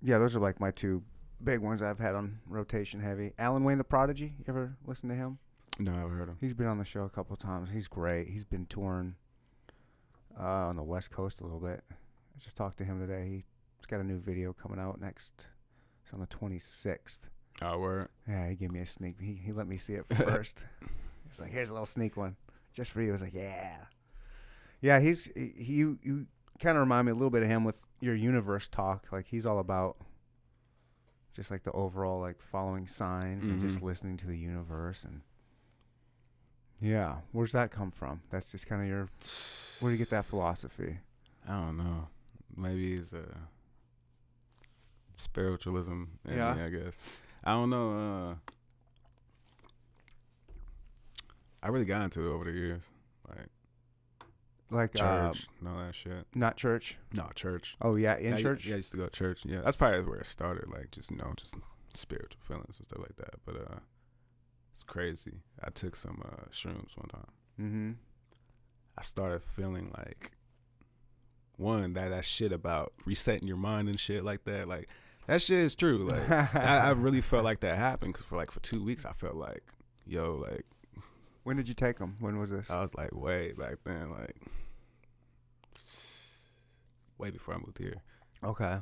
yeah, those are like my two big ones I've had on rotation heavy. Alan Wayne the Prodigy. You ever listen to him?
No, I've heard him.
He's been on the show a couple times. He's great. He's been touring uh, on the West Coast a little bit. I just talked to him today. He's got a new video coming out next. It's on the 26th.
Oh word.
Yeah, he gave me a sneak. He, he let me see it first. He's like, "Here's a little sneak one, just for you." I was like, "Yeah, yeah." He's he, he you, you kind of remind me a little bit of him with your universe talk. Like he's all about just like the overall like following signs and just
Mhm.
listening to the universe and yeah. Where's that come from? That's just kind of your where do you get that philosophy?
I don't know. Maybe it's a spiritualism. in
Yeah.
me, I guess. I don't know. Uh, I really got into it over the years, like
Like uh,
church and all that shit.
not church.
No, church.
Oh yeah, in
yeah, I-
church.
Yeah, I used to go to church. Yeah, that's probably where it started. Like just you know, just spiritual feelings and stuff like that. But uh, it's crazy. I took some uh, shrooms one time.
Mm-hmm.
I started feeling like one that that shit about resetting your mind and shit like that. Like that shit is true. Like I, I really felt like that happened because for like for two weeks I felt like yo like
When did you take him? When was this?
I was like way back then like way before I moved here.
okay.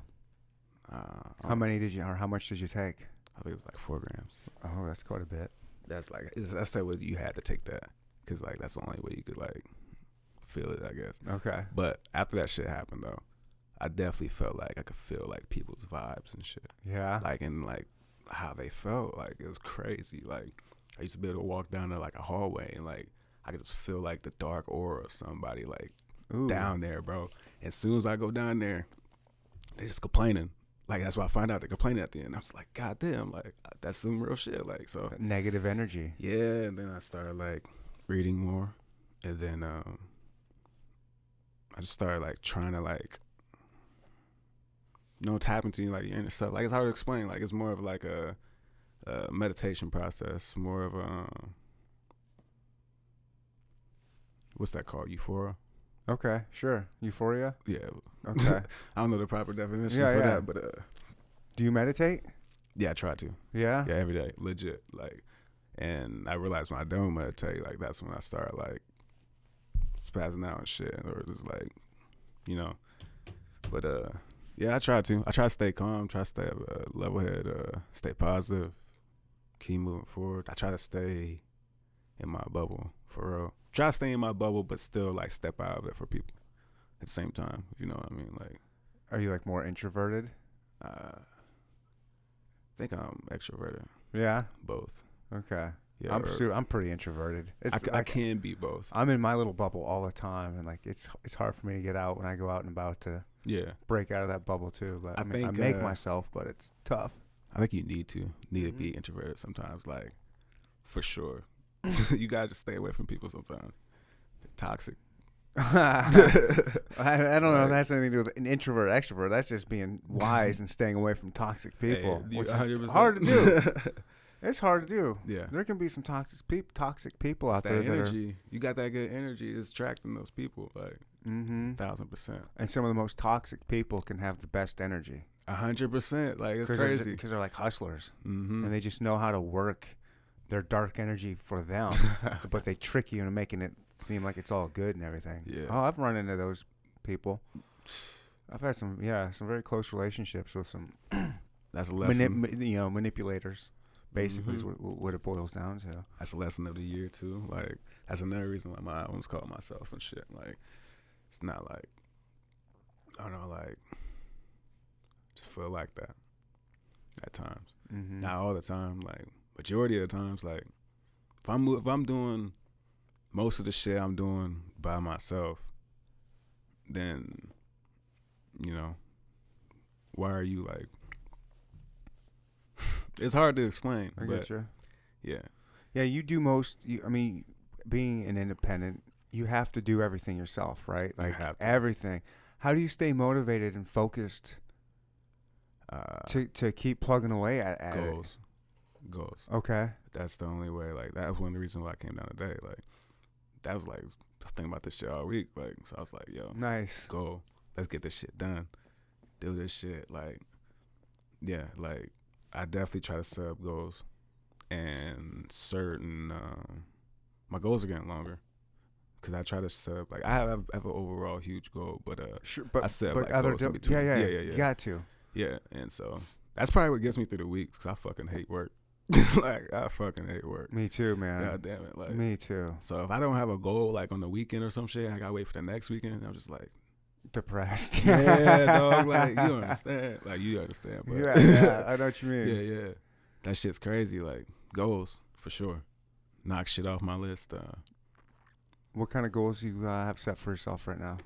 Uh,
How many did you, or how much did you take?
I think it was like four grams.
Oh, that's quite a bit.
That's like it's- that's the way you had to take that because like that's the only way you could like feel it I guess.
Okay.
But after that shit happened though, I definitely felt like I could feel like people's vibes and shit.
Yeah.
Like and like how they felt. Like it was crazy. Like I used to be able to walk down to like a hallway and like I could just feel like the dark aura of somebody like
Ooh.
down there, bro. As soon as I go down there, they just complaining. Like that's why I find out they're complaining at the end. I was like, God damn, like that's some real shit. Like so
Negative energy.
yeah, and then I started like reading more, and then um, I just started like trying to like, you know, tap into like your inner self. Like it's hard to explain. Like it's more of like a, a meditation process, more of a um, what's that called? Euphora?
Okay, sure. Euphoria.
Yeah.
Okay.
I don't know the proper definition
Yeah,
for
yeah.
that, but uh,
Do you meditate?
yeah, I try to.
Yeah.
Yeah, every day, legit. Like, and I realized when I don't meditate, like that's when I start like spazzing out and shit, or just like, you know. But uh, yeah, I try to. I try to stay calm. Try to stay uh, level head. Uh, stay positive. Keep moving forward. I try to stay in my bubble for real. Try to stay in my bubble, but still like step out of it for people at the same time. If you know what I mean, like.
Are you like more introverted?
Uh, I think I'm extroverted.
Yeah.
Both.
Okay.
Yeah,
I'm
or-
su- I'm pretty introverted. It's
I, c- I
like,
can be both.
I'm in my little bubble all the time, and like it's it's hard for me to get out when I go out and about to
Yeah,
break out of that bubble too. But
I
I, mean,
think,
I make
uh,
myself, but it's tough.
I think you need to need to
Mm-hmm.
be introverted sometimes. Like for sure, you gotta just stay away from people sometimes. Toxic.
I, I don't know
Like-
if that's anything to do with an introvert extrovert. That's just being wise and staying away from toxic
Hey,
people,
you
which is
100%.
hard to do. It's hard to do.
yeah.
There can be some toxic peop toxic people
It's
out
that
there that
energy. You got that good energy. It's attracting those people like
are, hmm
thousand percent,
and some of the most toxic people can have the best energy.
a hundred percent. Like it's crazy.
because they're like hustlers
Mm-hmm.
and they just know how to work their dark energy for them, but they trick you into making it seem like it's all good and everything.
Yeah.
Oh, I've run into those people. I've had some, yeah, some very close relationships with some
That's a lesson. Mm-hmm.
manip- ma- you know, manipulators. Basically, is what, what it boils down to.
that's a lesson of the year too. Like that's another reason why my album's called myself and shit. Like it's not like I don't know, like just feel like that at times.
Mm-hmm.
Not all the time, like majority of the times. Like if I'm if I'm doing most of the shit I'm doing by myself, then you know why are you like? it's hard to explain,
I
but
get you.
yeah,
Yeah, you do most. You, I mean, being an independent, you have to do everything yourself, right?
You
Like
have to.
everything. How do you stay motivated and focused
uh,
to, to keep plugging away at, at it?
goals, goals.
Okay.
that's the only way. Like that was one of the reasons why I came down today. Like that was like I was thinking about this shit all week. Like so I was like, yo,
Nice.
go, let's get this shit done, do this shit. Like yeah, like I definitely try to set up goals and certain um, my goals are getting longer because I try to set up like I have, I have an overall huge goal, but uh
Sure, but
I set,
but
like,
other
goals in
do-
between.
yeah, yeah,
Yeah, yeah, yeah.
You got to.
yeah, and so that's probably what gets me through the weeks because I fucking hate work. like I fucking hate work.
Me too, man.
God damn it! Like
Me too.
So if I don't have a goal like on the weekend or some shit, I gotta wait for the next weekend. I'm just like,
Depressed.
yeah, dog, like you don't understand, like you understand, but
yeah, yeah, I know what you mean.
yeah, yeah, that shit's crazy. Like goals for sure, knock shit off my list. Uh,
What kind of goals you uh, have set for yourself right now?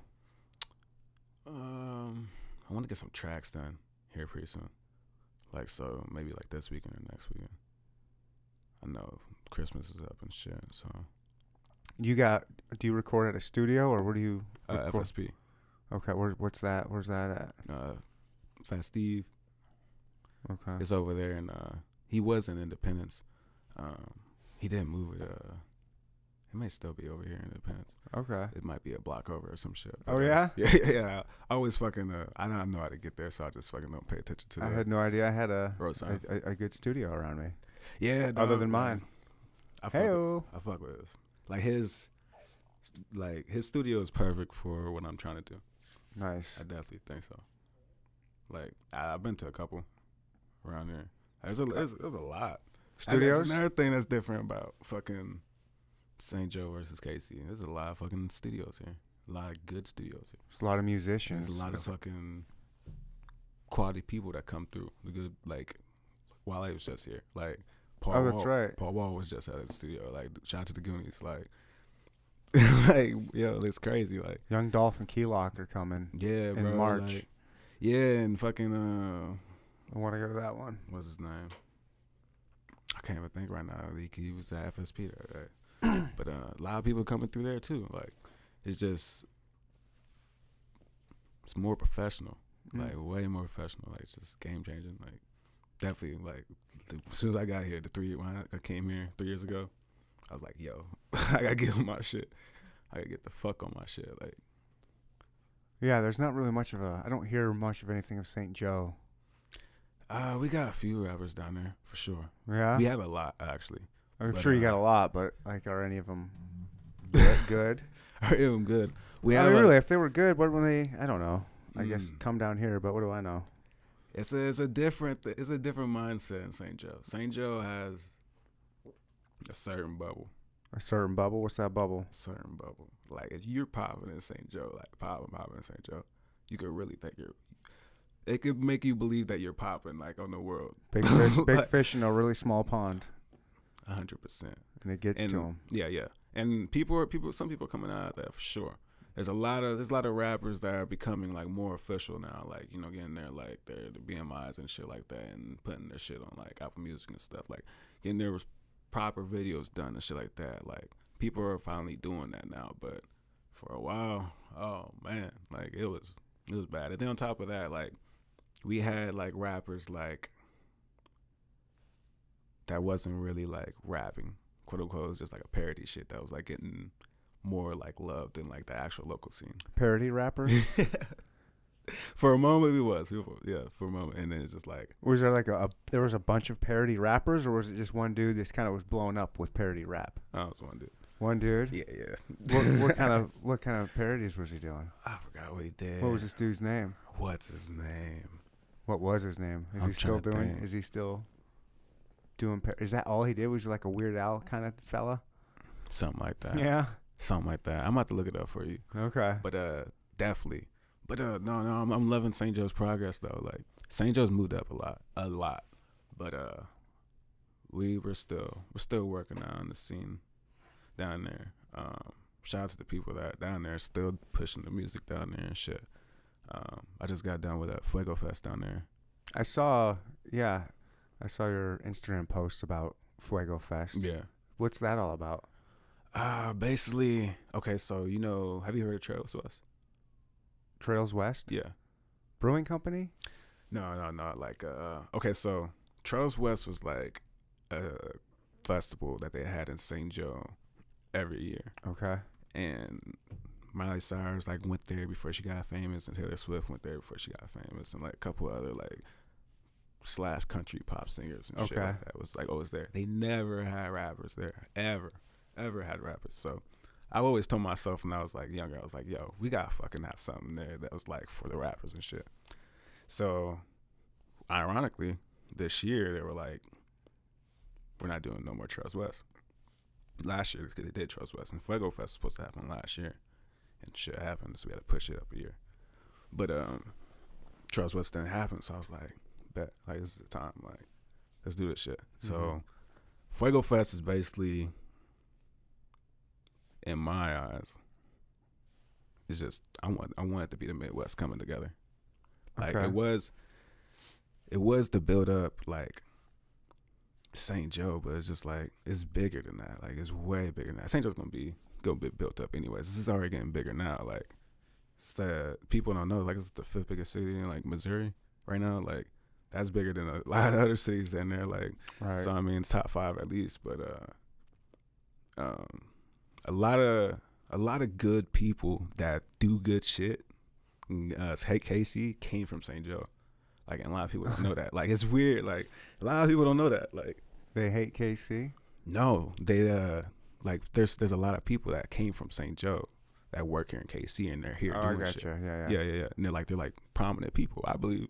um, I want to get some tracks done here pretty soon, like so maybe like this weekend or next weekend. I know Christmas is up and shit, so
You got? Do you record at a studio or where do you?
uh,
record?
FSP,
Okay, where, what's that? Where's that at?
uh, Fat Steve.
Okay.
It's over there, and uh, he was in Independence. Um, he didn't move it. Uh, it might still be over here in Independence.
okay.
It might be a block over or some shit.
Oh,
uh,
yeah?
yeah, yeah, yeah. I always fucking. Uh, I don't know how to get there, so I just fucking don't pay attention to
I
that.
had no idea I had a
uh, Road sign.
a, a, a good studio around me.
yeah,
other
dog,
than
like,
mine.
I fuck, with,
Heyo.
I fuck with. this. Like his, like his studio is perfect for what I'm trying to do.
Nice.
I definitely think so. Like I, I've been to a couple around here. There's a there's, there's a lot. And
Studios.
That's another thing that's different about fucking St. Joe versus KC. There's a lot of fucking studios here. A lot of good studios here.
There's a lot of musicians.
There's a lot of fucking quality people that come through. The good like Wale was just here. Like Paul.
Oh, that's
Wall,
right.
Paul Wall was just at the studio. Like shout out to the Goonies. Like, like yo, it's crazy. Like
Young Dolph and Key Lock are coming.
yeah,
In
bro,
March.
like- yeah, and fucking uh,
I want to go to that one.
what's his name? I can't even think right now. He, he was at FSP, there, right? but uh, a lot of people coming through there too. Like it's just it's more professional,
Mm.
like way more professional. Like it's just game changing. Like definitely, like the, as soon as I got here, the three when I came here three years ago, I was like, yo, I gotta get on my shit. I could get the fuck on my shit. Like
Yeah, there's not really much of a. I don't hear much of anything of St. Joe.
uh, we got a few rappers down there for sure.
Yeah,
we have a lot actually.
I'm
but,
sure you
uh,
got a lot, but like, are any of them good? good?
Are you good? We
I
have
mean,
a-
really, if they were good, what would they? I don't know. I guess
Mm.
come down here, but what do I know?
It's a it's a different th- it's a different mindset in St. Joe. St. Joe has a certain bubble,
A certain bubble. What's that bubble?
a certain bubble. Like if you're popping in St. Joe, like popping popping in St. Joe, you could really think you're. It could make you believe that you're popping like on the world,
Big fish, big
Like-
fish in a really small pond,
hundred percent.
and it gets to 'em.
And
to them.
yeah, yeah. And people are people. Some people are coming out of that for sure. There's a lot of there's a lot of rappers that are becoming like more official now, like you know, getting their like their BMIs and shit like that, and putting their shit on like Apple Music and stuff, like getting their proper videos done and shit like that. Like people are finally doing that now, but for a while, oh man, like it was it was bad. And then on top of that, like we had like rappers like that wasn't really like rapping, quote unquote, it was just like a parody shit that was like getting more like love than like the actual local scene.
Parody rapper.
For a moment, we was, we were, yeah, for a moment, and then it's just like
was there like a, a there was a bunch of parody rappers, or was it just one dude that's kind of was blown up with parody rap?
I was one dude.
One dude.
Yeah, yeah.
what, what kind of what kind of parodies was he doing?
I forgot what he did.
What was this dude's name?
What's his name?
What was his name? Is
I'm
he still
trying to
doing?
think.
Is he still doing? Par- is that all he did? Was he like a Weird Al kind of fella?
Something like that.
yeah.
Something like that. I'm about to look it up for you.
Okay.
Uh, but uh definitely but uh no no i'm, I'm loving st joe's progress though like st joe's moved up a lot a lot but uh we were still we're still working on the scene down there um shout out to the people that are down there still pushing the music down there and shit um i just got done with that fuego fest down there
I saw. Yeah, I saw your Instagram posts about Fuego Fest.
yeah
What's that all about?
uh basically okay so you know have you heard of trails to us
Trails West
yeah
Brewing Company.
No, no, no. Like, uh, okay, so Trails West was like a festival that they had in St. Joe every year,
Okay.
and Miley Cyrus like went there before she got famous, and Taylor Swift went there before she got famous, and like a couple other like slash country pop singers and shit
Okay.
like that was like always there. They never had rappers there ever, ever had rappers. So. I always told myself when I was like younger, I was like, "Yo, we gotta fucking have something there that was like for the rappers and shit." So, ironically, this year they were like, "We're not doing no more Trust West." Last year, because they did Trust West, and Fuego Fest was supposed to happen last year, and shit happened, so we had to push it up a year. But um, Trust West didn't happen, so I was like, "Bet, like this is the time, like let's do this shit." So, Fuego Fest is basically, in my eyes, it's just I want I want it to be the Midwest coming together. Like
Okay.
it was, it was the build up like St. Joe, but it's just like it's bigger than that. Like it's way bigger than that. St. Joe's gonna be gonna be built up anyways. This is already getting bigger now. Like it's the people don't know. Like it's the fifth biggest city in like Missouri right now. Like that's bigger than a lot of other cities in there. Like
Right.
so I mean, top five at least. But uh, um, a lot of a lot of good people that do good shit. mm, Uh, hey Casey came from St. Joe, like and a lot of people don't know that. Like it's weird. Like a lot of people don't know that. Like
they hate KC.
no, they uh, like there's there's a lot of people that came from St. Joe that work here in KC and they're here
oh, I
doing
gotcha.
shit.
Yeah, yeah.
Yeah, yeah, yeah. And they're like they're like prominent people, I believe,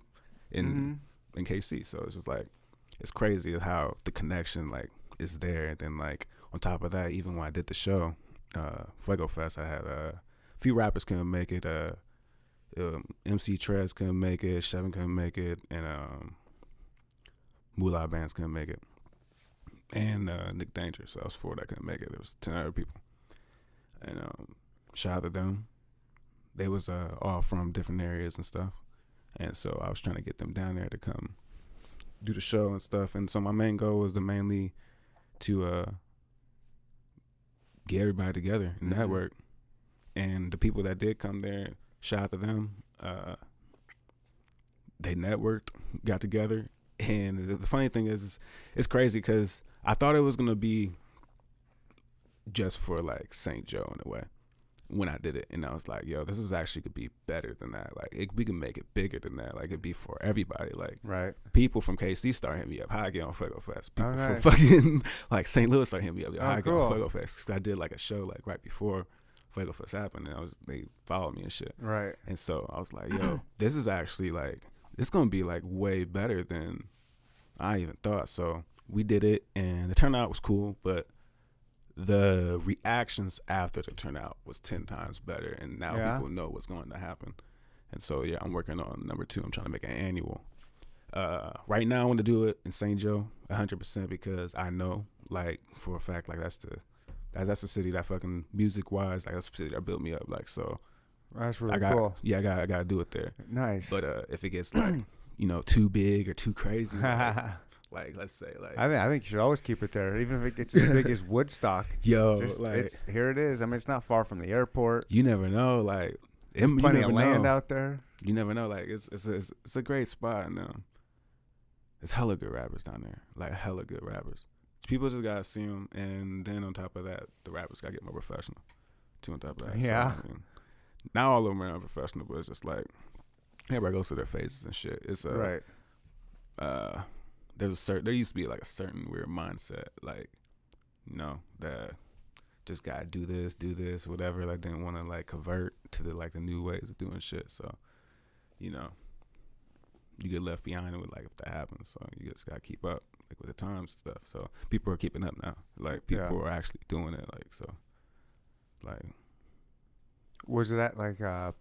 in
Mhm.
in KC. So it's just like it's crazy how the connection like is there. And then like on top of that, even when I did the show, uh, Fuego Fest, I had uh, a few rappers couldn't make it. Uh, um, MC Trez couldn't make it. Seven couldn't make it, and um, Moolah Bands couldn't make it, and uh, Nick Danger. So that was four that couldn't make it. There was ten other people, and um, shout out to them. They was uh, all from different areas and stuff. And so I was trying to get them down there to come do the show and stuff. And so my main goal was to mainly to uh, get everybody together and
Mhm.
network. And the people that did come there, shout out to them. Uh, they networked, got together. And the- the funny thing is, is it's crazy because I thought it was going to be just for like St. Joe in a way. when I did it, and I was like, yo, this is actually could be better than that. Like it, we can make it bigger than that. Like it'd be for everybody. Like
Right.
people from KC start hitting me up. How I get on Fuego Fest. People
Alright.
from fucking like St. Louis start hitting me up. Yo,
Oh,
how I get on
cool.
Fuego Fest. 'Cause I did like a show like right before Fuego Fest happened, and I was they followed me and shit.
Right.
And so I was like, yo, this is actually like it's gonna be like way better than I even thought. So we did it and the turnout was cool, but the reactions after the turnout was ten times better and now
Yeah.
people know what's going to happen. And so yeah, I'm working on number two. I'm trying to make an annual. Uh, right now I want to do it in St. Joe, hundred percent, because I know, like for a fact, like that's the that's, that's the city that fucking music wise, like that's the city that built me up. Like so,
That's really
I got
cool.
yeah, I got I got to do it there.
Nice.
But uh, if it gets like you know too big or too crazy, like, like, let's say like
I think I think you should always keep it there, even if it gets as big as Woodstock.
yo,
Just,
Oh, like
it's here it is. I mean, it's not far from the airport.
you never know, like it, you
Plenty
never
of land
know.
out there.
You never know, like it's it's it's, it's a great spot and um, it's hella good rappers down there, like hella good rappers. People just gotta see them, and then on top of that, the rappers gotta get more professional. Too on top of that, So,
Yeah.
I mean, now all of them are unprofessional, but it's just like everybody goes to their faces and shit. It's uh,
right.
uh there's a certain there used to be like a certain weird mindset like you know that just gotta do this do this whatever like didn't want to like convert to the like the new ways of doing shit so you know you get left behind with like if that happens so you just gotta keep up like with the times and stuff so people are keeping up now like people
Yeah.
are actually doing it like so like
Was it at like a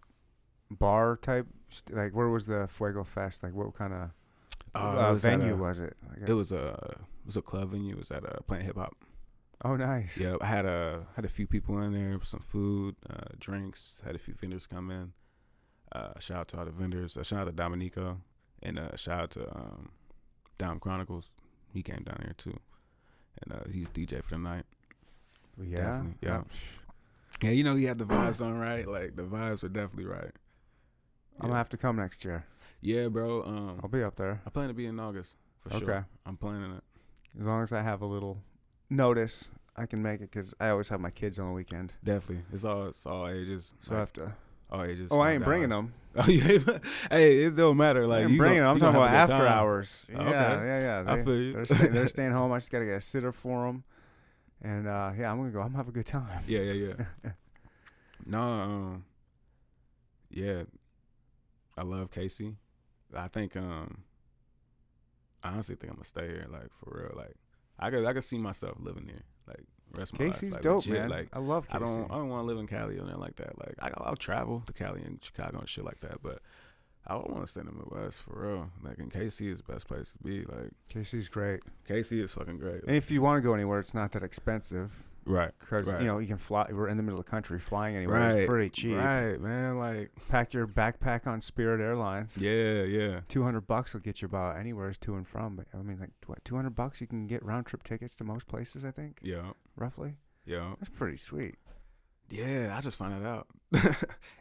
bar type? St- like where was the Fuego Fest? Like what kind of
uh,
uh,
it was at
venue
a-
was it? Like a-
it was a it was a club venue it was at a plant hip hop
oh, nice.
Yeah, I had a had a few people in there, some food, uh, drinks. Had a few vendors come in. Uh, shout out to all the vendors. Uh, shout out to Dominico and uh, shout out to um, Dom Chronicles. He came down here too, and uh, he's DJ for the night.
Yeah. Oh,
Definitely, yeah. Yeah, you know he had the vibes on right. Like the vibes were definitely right.
I'm gonna have to come next year.
Yeah, bro.
I'll
Um,
be up there
I plan to be in August for
Oh. Okay.
sure. I'm planning it.
as long as I have a little notice. I can make it because I always have my kids on the weekend,
Definitely, it's all it's all ages.
so I
like,
have to.
all ages.
Oh, I
five
ain't bringing
dollars.
them.
Oh, yeah. hey, it don't matter. Like
Like I'm
you gon-
bringing. I'm
you
talking
gonna
about
have a
after
good time.
hours.
Oh,
yeah,
okay.
yeah, yeah.
I
They,
feel you.
They're, stay, they're staying home. I just gotta get a sitter for them, and uh, yeah, I'm gonna go. I'm gonna have a good time.
Yeah, yeah, yeah. no, um, yeah, I love Casey. I think, um, I honestly think I'm gonna stay here, like for real. Like, I could, I could see myself living here, like rest of my
Casey's
life. Like,
dope,
legit,
man.
Like,
I love
I
Casey.
don't, I don't want to live in Cali or nothing like that. Like, I, I'll travel to Cali and Chicago and shit like that, but I don't want to stay in the Midwest for real. Like, and Casey is the best place to be. Like,
Casey's great.
Casey is fucking great.
And if you want to go anywhere, it's not that expensive
right.
because
Right.
you know you can fly. We're in the middle of the country. Flying anywhere is pretty cheap.
Right, man. Like,
Pack your backpack on Spirit Airlines.
yeah, yeah.
Two hundred bucks will get you about anywhere is to and from. But I mean, like what? Two hundred bucks you can get round trip tickets to most places. I think
Yeah,
roughly.
yeah,
That's pretty sweet.
yeah. I just found that out. and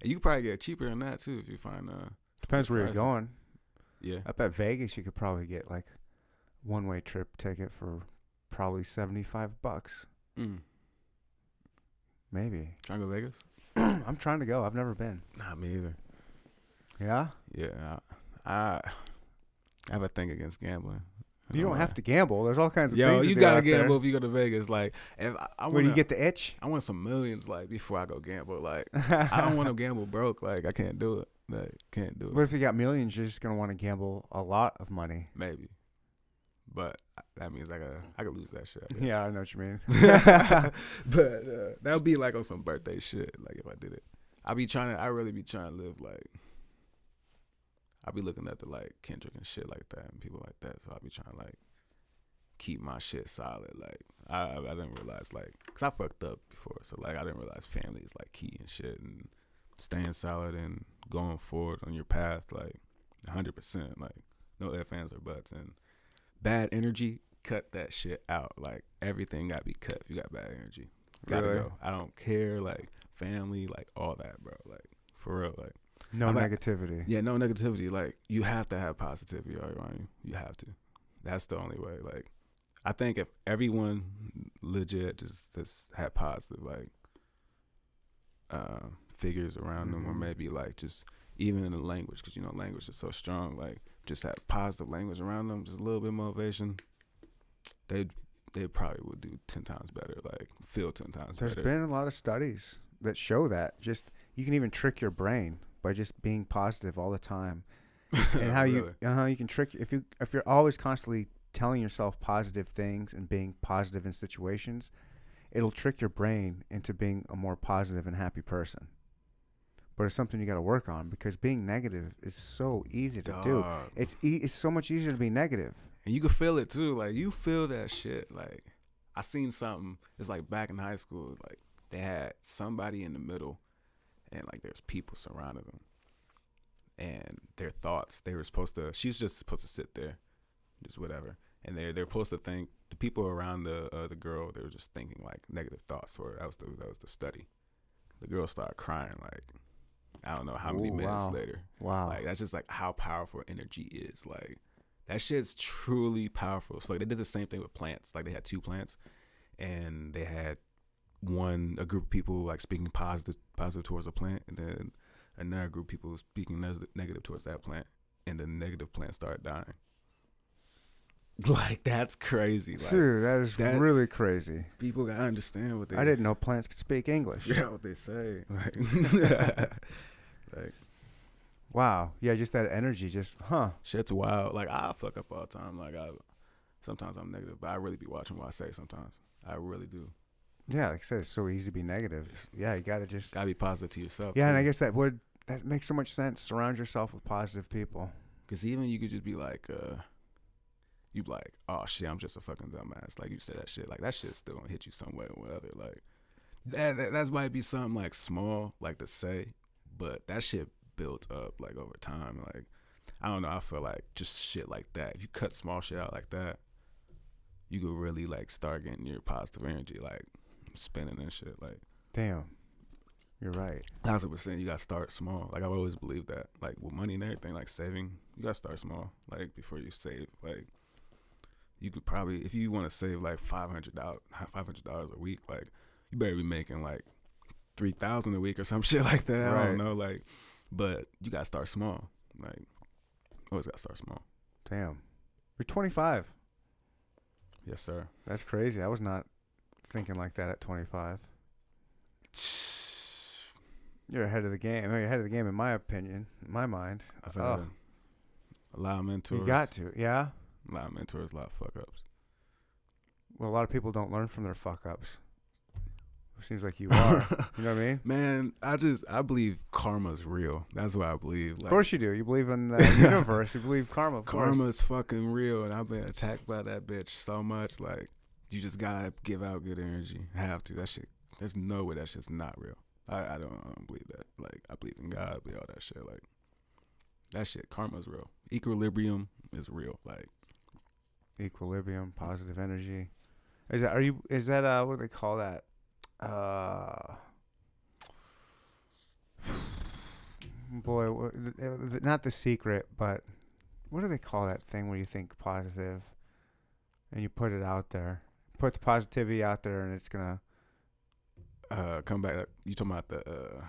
you could probably get cheaper than that too if you find uh,
Depends where you're
prices.
going.
yeah,
Up at Vegas, you could probably get like one way trip ticket for probably seventy five bucks,
mm.
maybe.
trying to go to Vegas.
I'm trying to go. I've never been.
Nah, me either.
Yeah,
Yeah, I, I, I have a thing against gambling. I
you don't
know
have
why.
to gamble. There's all kinds of
Oh, Yo,
things. to
you
do
gotta
out there.
gamble if you go to Vegas. Like, if I, I
Where
want
do you get the itch?
I want some millions. Like before I go gamble. Like, I don't want to gamble broke. Like, I can't do it. Like, can't do it.
But if you got millions, you're just gonna want to gamble a lot of money.
Maybe, but uh, that means I gotta, I could lose that shit. I guess.
Yeah, I know what you mean.
but uh, that would be like on some birthday shit. Like if I did it, I'd be trying to. I really be trying to live like. I'd be looking up to like Kendrick and shit like that and people like that. So I'd be trying to like keep my shit solid. Like I I didn't realize like because I fucked up before, so like I didn't realize family is like key and shit and staying solid and going forward on your path like 100 percent like no ifs ands or buts and bad energy cut that shit out. Like everything got to be cut if you got bad energy. Gotta
Really?
go. I don't care like family like all that, bro. Like for real, like.
No
I'm like-
negativity.
Yeah, no negativity. Like you have to have positivity around you. You have to. That's the only way. Like I think if everyone legit just just had positive, like uh, figures around them,
Mm-hmm.
or maybe like just even in the language, because you know language is so strong. Like just have positive language around them, just a little bit of motivation. They they probably would do ten times better. Like feel ten times
There's
better.
been a lot of studies that show that just you can even trick your brain by just being positive all the time, and how
Really?
you uh you can trick if you if you're always constantly telling yourself positive things and being positive in situations, it'll trick your brain into being a more positive and happy person. But it's something you got to work on because being negative is so easy to do.
Dog.
It's e- it's so much easier to be negative.
And you can feel it too. Like you feel that shit. Like I seen something. It's like back in high school. Like they had somebody in the middle, and like there's people surrounding them, and their thoughts. They were supposed to. She's just supposed to sit there, just whatever. And they're they're supposed to think the people around the uh, the girl. They were just thinking like negative thoughts for her. That was the that was the study. The girl started crying. Like I don't know how many
Ooh,
minutes
wow.
later.
Wow.
Like that's just like how powerful energy is. Like that shit's truly powerful. So like they did the same thing with plants. Like they had two plants, and they had one a group of people like speaking positive positive towards a plant, and then another group of people speaking neg- negative towards that plant, and the negative plant started dying. Like that's crazy. Like
Dude, that is
that-
really crazy.
people gotta understand what they
I didn't know plants could speak English.
Yeah, what they say. Like, like
Wow. Yeah, just that energy, just huh.
shit's wild. Like I fuck up all the time. Like I sometimes I'm negative, but I really be watching what I say sometimes. I really do.
Yeah, like I said, it's so easy to be negative. It's- yeah, you gotta just
Gotta be positive to yourself.
Yeah, and I guess that would that makes so much sense. Surround yourself with positive people.
because even you could just be like, uh, you be like, oh shit, I'm just a fucking dumbass. Like you said that shit. Like that shit's still gonna hit you some way or whatever. Like that that, that might be something like small, like to say, but that shit built up like over time. Like I don't know. I feel like just shit like that. If you cut small shit out like that, you could really like start getting your positive energy like spinning and shit. Like
Damn. You're right.
thousand percent you gotta start small like i've always believed that like with money and everything like saving you gotta start small like before you save like you could probably if you want to save like $500 $500 a week like you better be making like 3000 a week or some shit like that i
Right.
don't know like but you gotta start small like always gotta start small
Damn. You're twenty five.
yes sir
That's crazy. I was not thinking like that at twenty five. You're ahead of the game. You're ahead of the game in my opinion, in my mind.
i've
Oh.
had a lot of mentors
You got to, yeah.
a lot of mentors a lot of fuck ups
Well, a lot of people don't learn from their fuck ups. Seems like you are. you know what I mean?
Man, I just I believe karma's real. That's what I believe. Like,
of course you do. You believe in the universe. You believe karma. Of course.
karma's fucking real, and I've been attacked by that bitch so much. Like, you just gotta give out good energy. Have to. That shit. There's no way that shit's not real. I, I don't I don't believe that. Like, I believe in God. I believe all that shit. Like, that shit. Karma's real. Equilibrium is real. Like,
equilibrium, positive energy. Is that are you? Is that uh? What do they call that? Uh. Boy, wha- th- th- th- not the secret, but what do they call that thing where you think positive and you put it out there, put the positivity out there, and it's gonna.
uh, come back. You talking about the? uh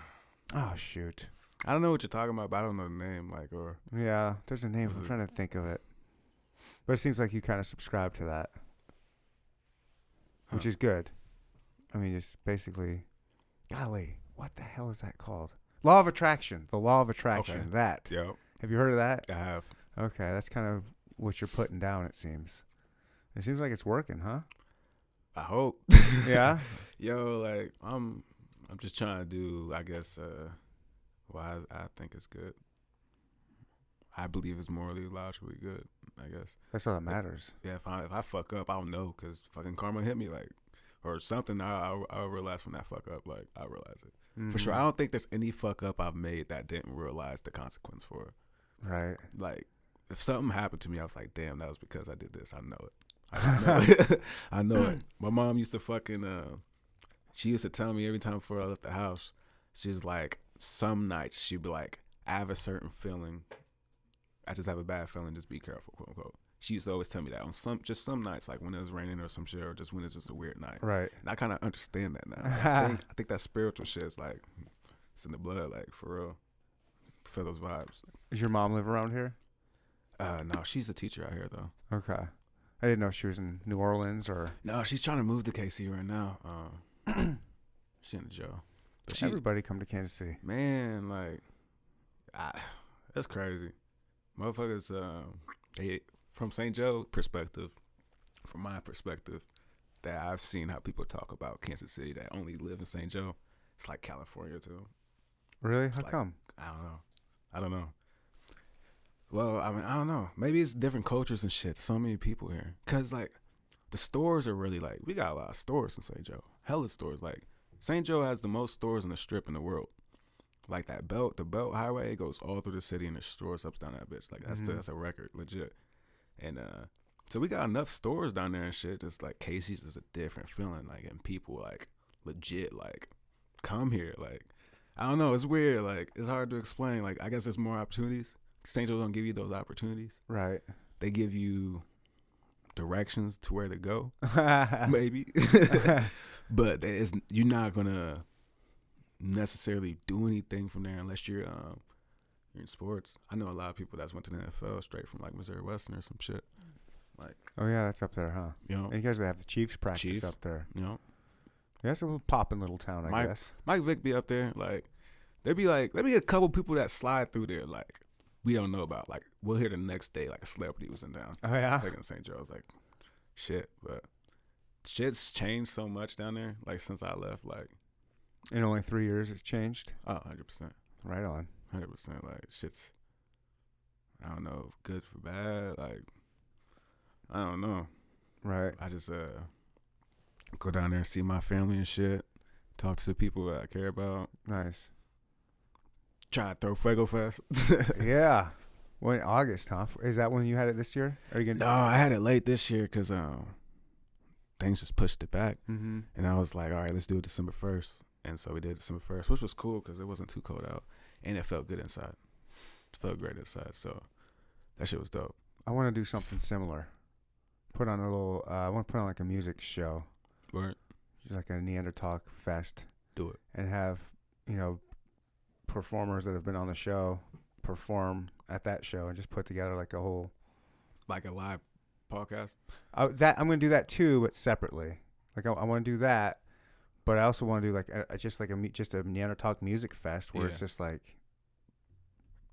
Oh shoot!
I don't know what you're talking about, but I don't know the name. Like, or
Yeah, there's a name.
Was
I'm
it-
trying to think of it, but it seems like you kind of subscribe to that, which
Huh.
is good. I mean, it's basically, golly, what the hell is that called? Law of attraction. The law of attraction.
Okay.
That.
yo,
Have you heard of that?
I have.
Okay, that's kind of what you're putting down. It seems. It seems like it's working, huh?
I hope.
Yeah.
yo like i'm i'm just trying to do i guess uh why well, I, I think it's good i believe it's morally logically good i guess
that's all that matters.
yeah if i if i fuck up i'll know because fucking karma hit me like or something I, I i'll realize when i fuck up like i realize it
Mm-hmm.
for sure i don't think there's any fuck up i've made that didn't realize the consequence for
Right.
like if something happened to me, I was like, damn, that was because I did this. I know it. I know it. I know it. My mom used to fucking uh she used to tell me every time before I left the house, she was like, some nights she'd be like, I have a certain feeling. I just have a bad feeling, just be careful, quote unquote. She used to always tell me that on some just some nights, like when it was raining or some shit, or just when it's just a weird night.
Right.
And I kind of understand that now. I, think, I think that spiritual shit is like It's in the blood, like for real. Feel those vibes.
Does your mom live around here?
Uh, no, she's a teacher out here though.
Okay. I didn't know she was in New Orleans or
No, she's trying to move to KC right now. Um, she in the jail. But she,
everybody come to Kansas City.
man, like, I, that's crazy. Motherfuckers, um, they, from St. Joe perspective, from my perspective, that I've seen how people talk about Kansas City that only live in St. Joe. It's like California too.
Really?
It's
How
like-
come?
I don't know. I don't know. Well, I mean, I don't know. Maybe it's different cultures and shit. So many people here. Cause like the stores are really like we got a lot of stores in St. Joe. Hella stores. Like St. Joe has the most stores in the strip in the world. Like that belt, the belt highway goes all through the city and there's stores up down that bitch. Like that's
Mhm.
that's a record, legit. And uh so we got enough stores down there and shit. It's like Casey's is a different feeling. Like and people like legit like come here. Like I don't know. It's weird. Like it's hard to explain. Like I guess there's more opportunities. St. Joe don't give you those opportunities.
Right.
They give you directions to where to go,
yeah.
maybe.
Ah.
but that is you're not gonna necessarily do anything from there unless you're um you're in sports. I know a lot of people that's went to the NFL straight from like Missouri Western or some shit.
Oh yeah, that's up there, huh?
You know,
And you guys have the Chiefs practice
Chiefs.
up there.
you know.
Yeah, it's a little poppin' little town, I
My-
guess.
Mike Vick be up there. Like, there be like, there be a couple people that slide through there. Like, we don't know about. Like, we'll hear the next day. Like, a celebrity was in down.
Oh yeah.
Like in St. Joe's, like, shit. But shit's changed so much down there. Like since I left. Like,
In only three years, it's changed.
oh, 100 percent,
Right on.
hundred percent. Like shit's. I don't know, if good for bad. Like, I don't know.
Right.
I just uh go down there and see my family and shit. Talk to the people that I care about.
Nice.
Try to throw fuego fast.
yeah. Well, in August, huh? Is that when you had it this year? Are you
No,
gonna?
I had it late this year because um, things just pushed it back,
Mm-hmm.
and I was like, all right, let's do it December first, and so we did December first, which was cool because it wasn't too cold out, and it felt good inside, it felt great inside, so that shit was dope.
I want to do something similar. Put on a little. Uh, I want to put on like a music show,
Word.
just like a Neanderthal fest,
Do it.
and have you know performers that have been on the show perform at that show, and just put together like a whole.
Like a live podcast.
I, that I'm gonna do that too, but separately. Like I, I want to do that, but I also want to do like a, a- just like a mu- just a Neanderthal music fest where it's
Yeah.
just like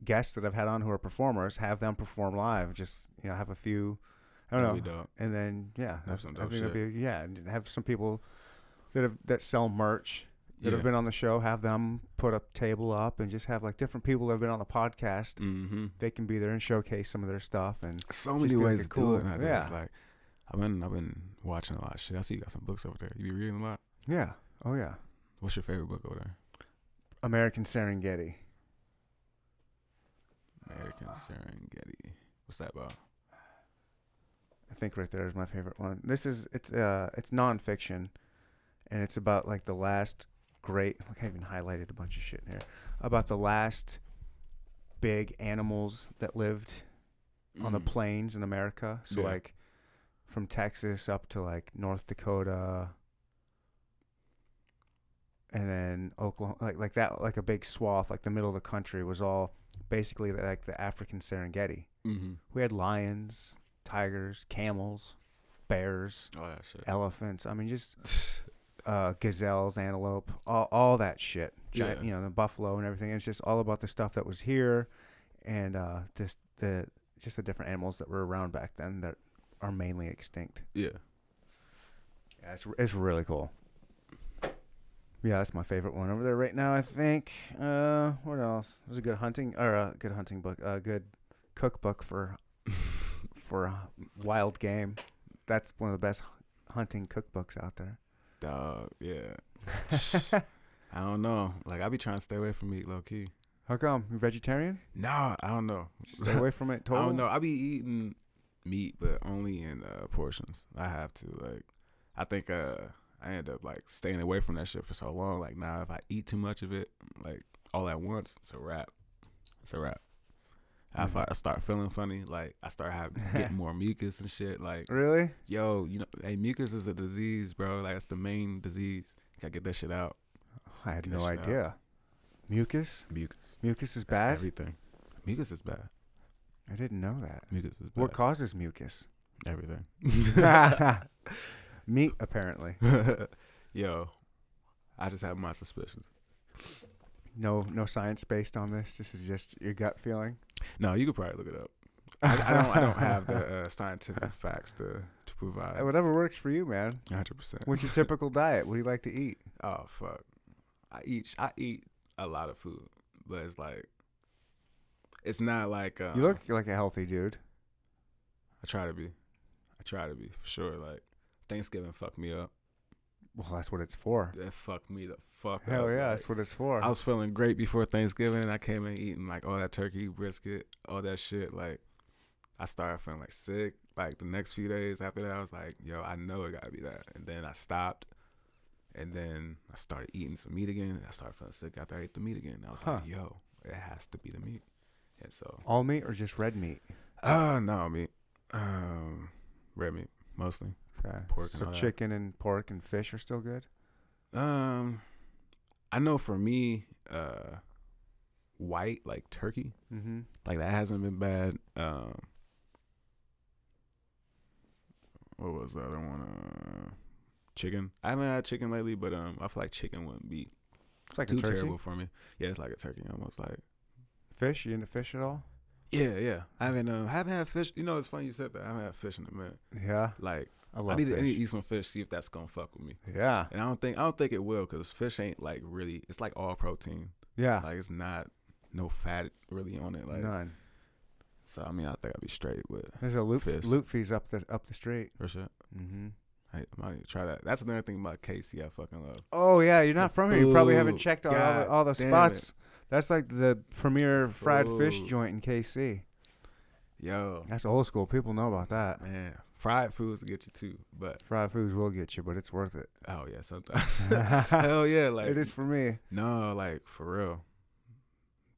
guests that I've had on who are performers have them perform live. Just you know have a few. I don't know.
That'd be dope.
and then yeah,
Have
I-
some
I
dope
think that'd be- yeah, and have some people that have that sell merch that
Yeah.
have been on the show, have them put a table up, and just have like different people that have been on the podcast.
Mm-hmm.
They can be there and showcase some of their stuff, and
So
Just
many
be like
ways
a
to do
cool-
it. Nowadays.
yeah.
Like I've been I've been watching a lot of shit. I see you got some books over there. You be reading a lot.
yeah, oh yeah,
What's your favorite book over there?
American Serengeti.
American Serengeti. What's that about?
I think right there is my favorite one. This is it's uh it's nonfiction, and it's about like the last great. Like I even highlighted a bunch of shit in here about the last big animals that lived on the
Mm.
plains in America. So
Yeah.
like from Texas up to like North Dakota and then Oklahoma like like that like a big swath like the middle of the country was all basically like the African Serengeti.
Mm-hmm.
We had lions, tigers, camels, bears,
Oh yeah, shit.
elephants. I mean just uh, gazelles, antelope, all, all that shit. Giant,
Yeah.
You know, the buffalo and everything. It's just all about the stuff that was here, and uh, just the just the different animals that were around back then that are mainly extinct.
yeah.
Yeah, it's it's really cool. Yeah, that's my favorite one over there right now. I think. Uh, what else? There's a good hunting or a good hunting book, a good cookbook for for uh, wild game. That's one of the best hunting cookbooks out there.
Dog, yeah. I don't know. Like I be trying to stay away from meat, low key.
How come? You vegetarian?
Nah, I don't know.
Stay away from it.
I
Total.
don't know. I be eating meat, but only in uh, portions. I have to. Like, I think uh, I end up like staying away from that shit for so long. Like now, if I eat too much of it, like all at once, it's a wrap. It's a wrap. I, fi- I start feeling funny. Like I start having getting more mucus and shit. Like
Really?
yo, you know, hey, mucus is a disease, bro. Like it's the main disease. Gotta get that shit out.
I had
Get
no
that shit out.
idea. Mucus?
Mucus.
Mucus is
That's
bad?
Everything. Mucus is bad.
I didn't know that.
Mucus is bad.
What causes mucus?
everything.
Meat, apparently.
Yo, I just have my suspicions.
No, no science based on this. This is just your gut feeling.
No, you could probably look it up. I, I don't. I don't have the uh, scientific facts to
Uh,
to provide.
Whatever works for you, man.
One hundred percent.
What's your typical diet? What do you like to eat?
Oh fuck. I eat. I eat a lot of food, but it's like. It's not like um,
You look like a healthy dude.
I try to be. I try to be for sure. Like Thanksgiving fucked me up.
Well, that's what it's for.
That fucked me the fuck up.
Hell yeah,
like,
that's what it's for.
I was feeling great before Thanksgiving, and I came in eating like all that turkey brisket, all that shit. Like, I started feeling like sick. Like the next few days after that, I was like, "Yo, I know it gotta be that." And then I stopped, and then I started eating some meat again. and I started feeling sick after I ate the meat again. And I was like,
Huh.
"Yo, it has to be the meat." And so,
All meat or just red meat?
uh no meat, um, red meat mostly.
Okay.
Pork and
so
all that.
chicken and pork and fish are still good.
Um, I know for me, uh, white like turkey.
Mm-hmm.
like that hasn't been bad. Um, what was the other one? Uh, chicken. I haven't had chicken lately, but um, I feel like chicken wouldn't be
It's like
too
a turkey.
terrible for me. Yeah, it's like a turkey, almost like.
Fish? You into fish at all?
Yeah, yeah. I haven't um, haven't had fish. You know, it's funny you said that. I haven't had fish in a minute.
Yeah,
Like
I
I
love
need, to,
fish.
I need to eat some fish, see if that's gonna fuck with me.
yeah,
And I don't think I don't think it will, cause fish ain't like really. It's like all protein.
yeah.
Like it's not no fat really on it. Like
None.
so, I mean, I think I'd be straight with
There's a loop
fish.
loop fees up the up the street.
for sure.
Mm-hmm.
I, I might need to try that. That's another thing about KC I fucking love.
Oh yeah, you're not from here. You probably haven't
food.
checked out all
God
the, all the
damn
spots. That's like the premier fried fish
food.
joint in KC.
Yo,
That's old school. People know about that.
man, fried foods will get you too. But
Fried foods will get you, but it's worth it.
oh yeah, sometimes. Hell yeah, like
it is for me.
no, like for real.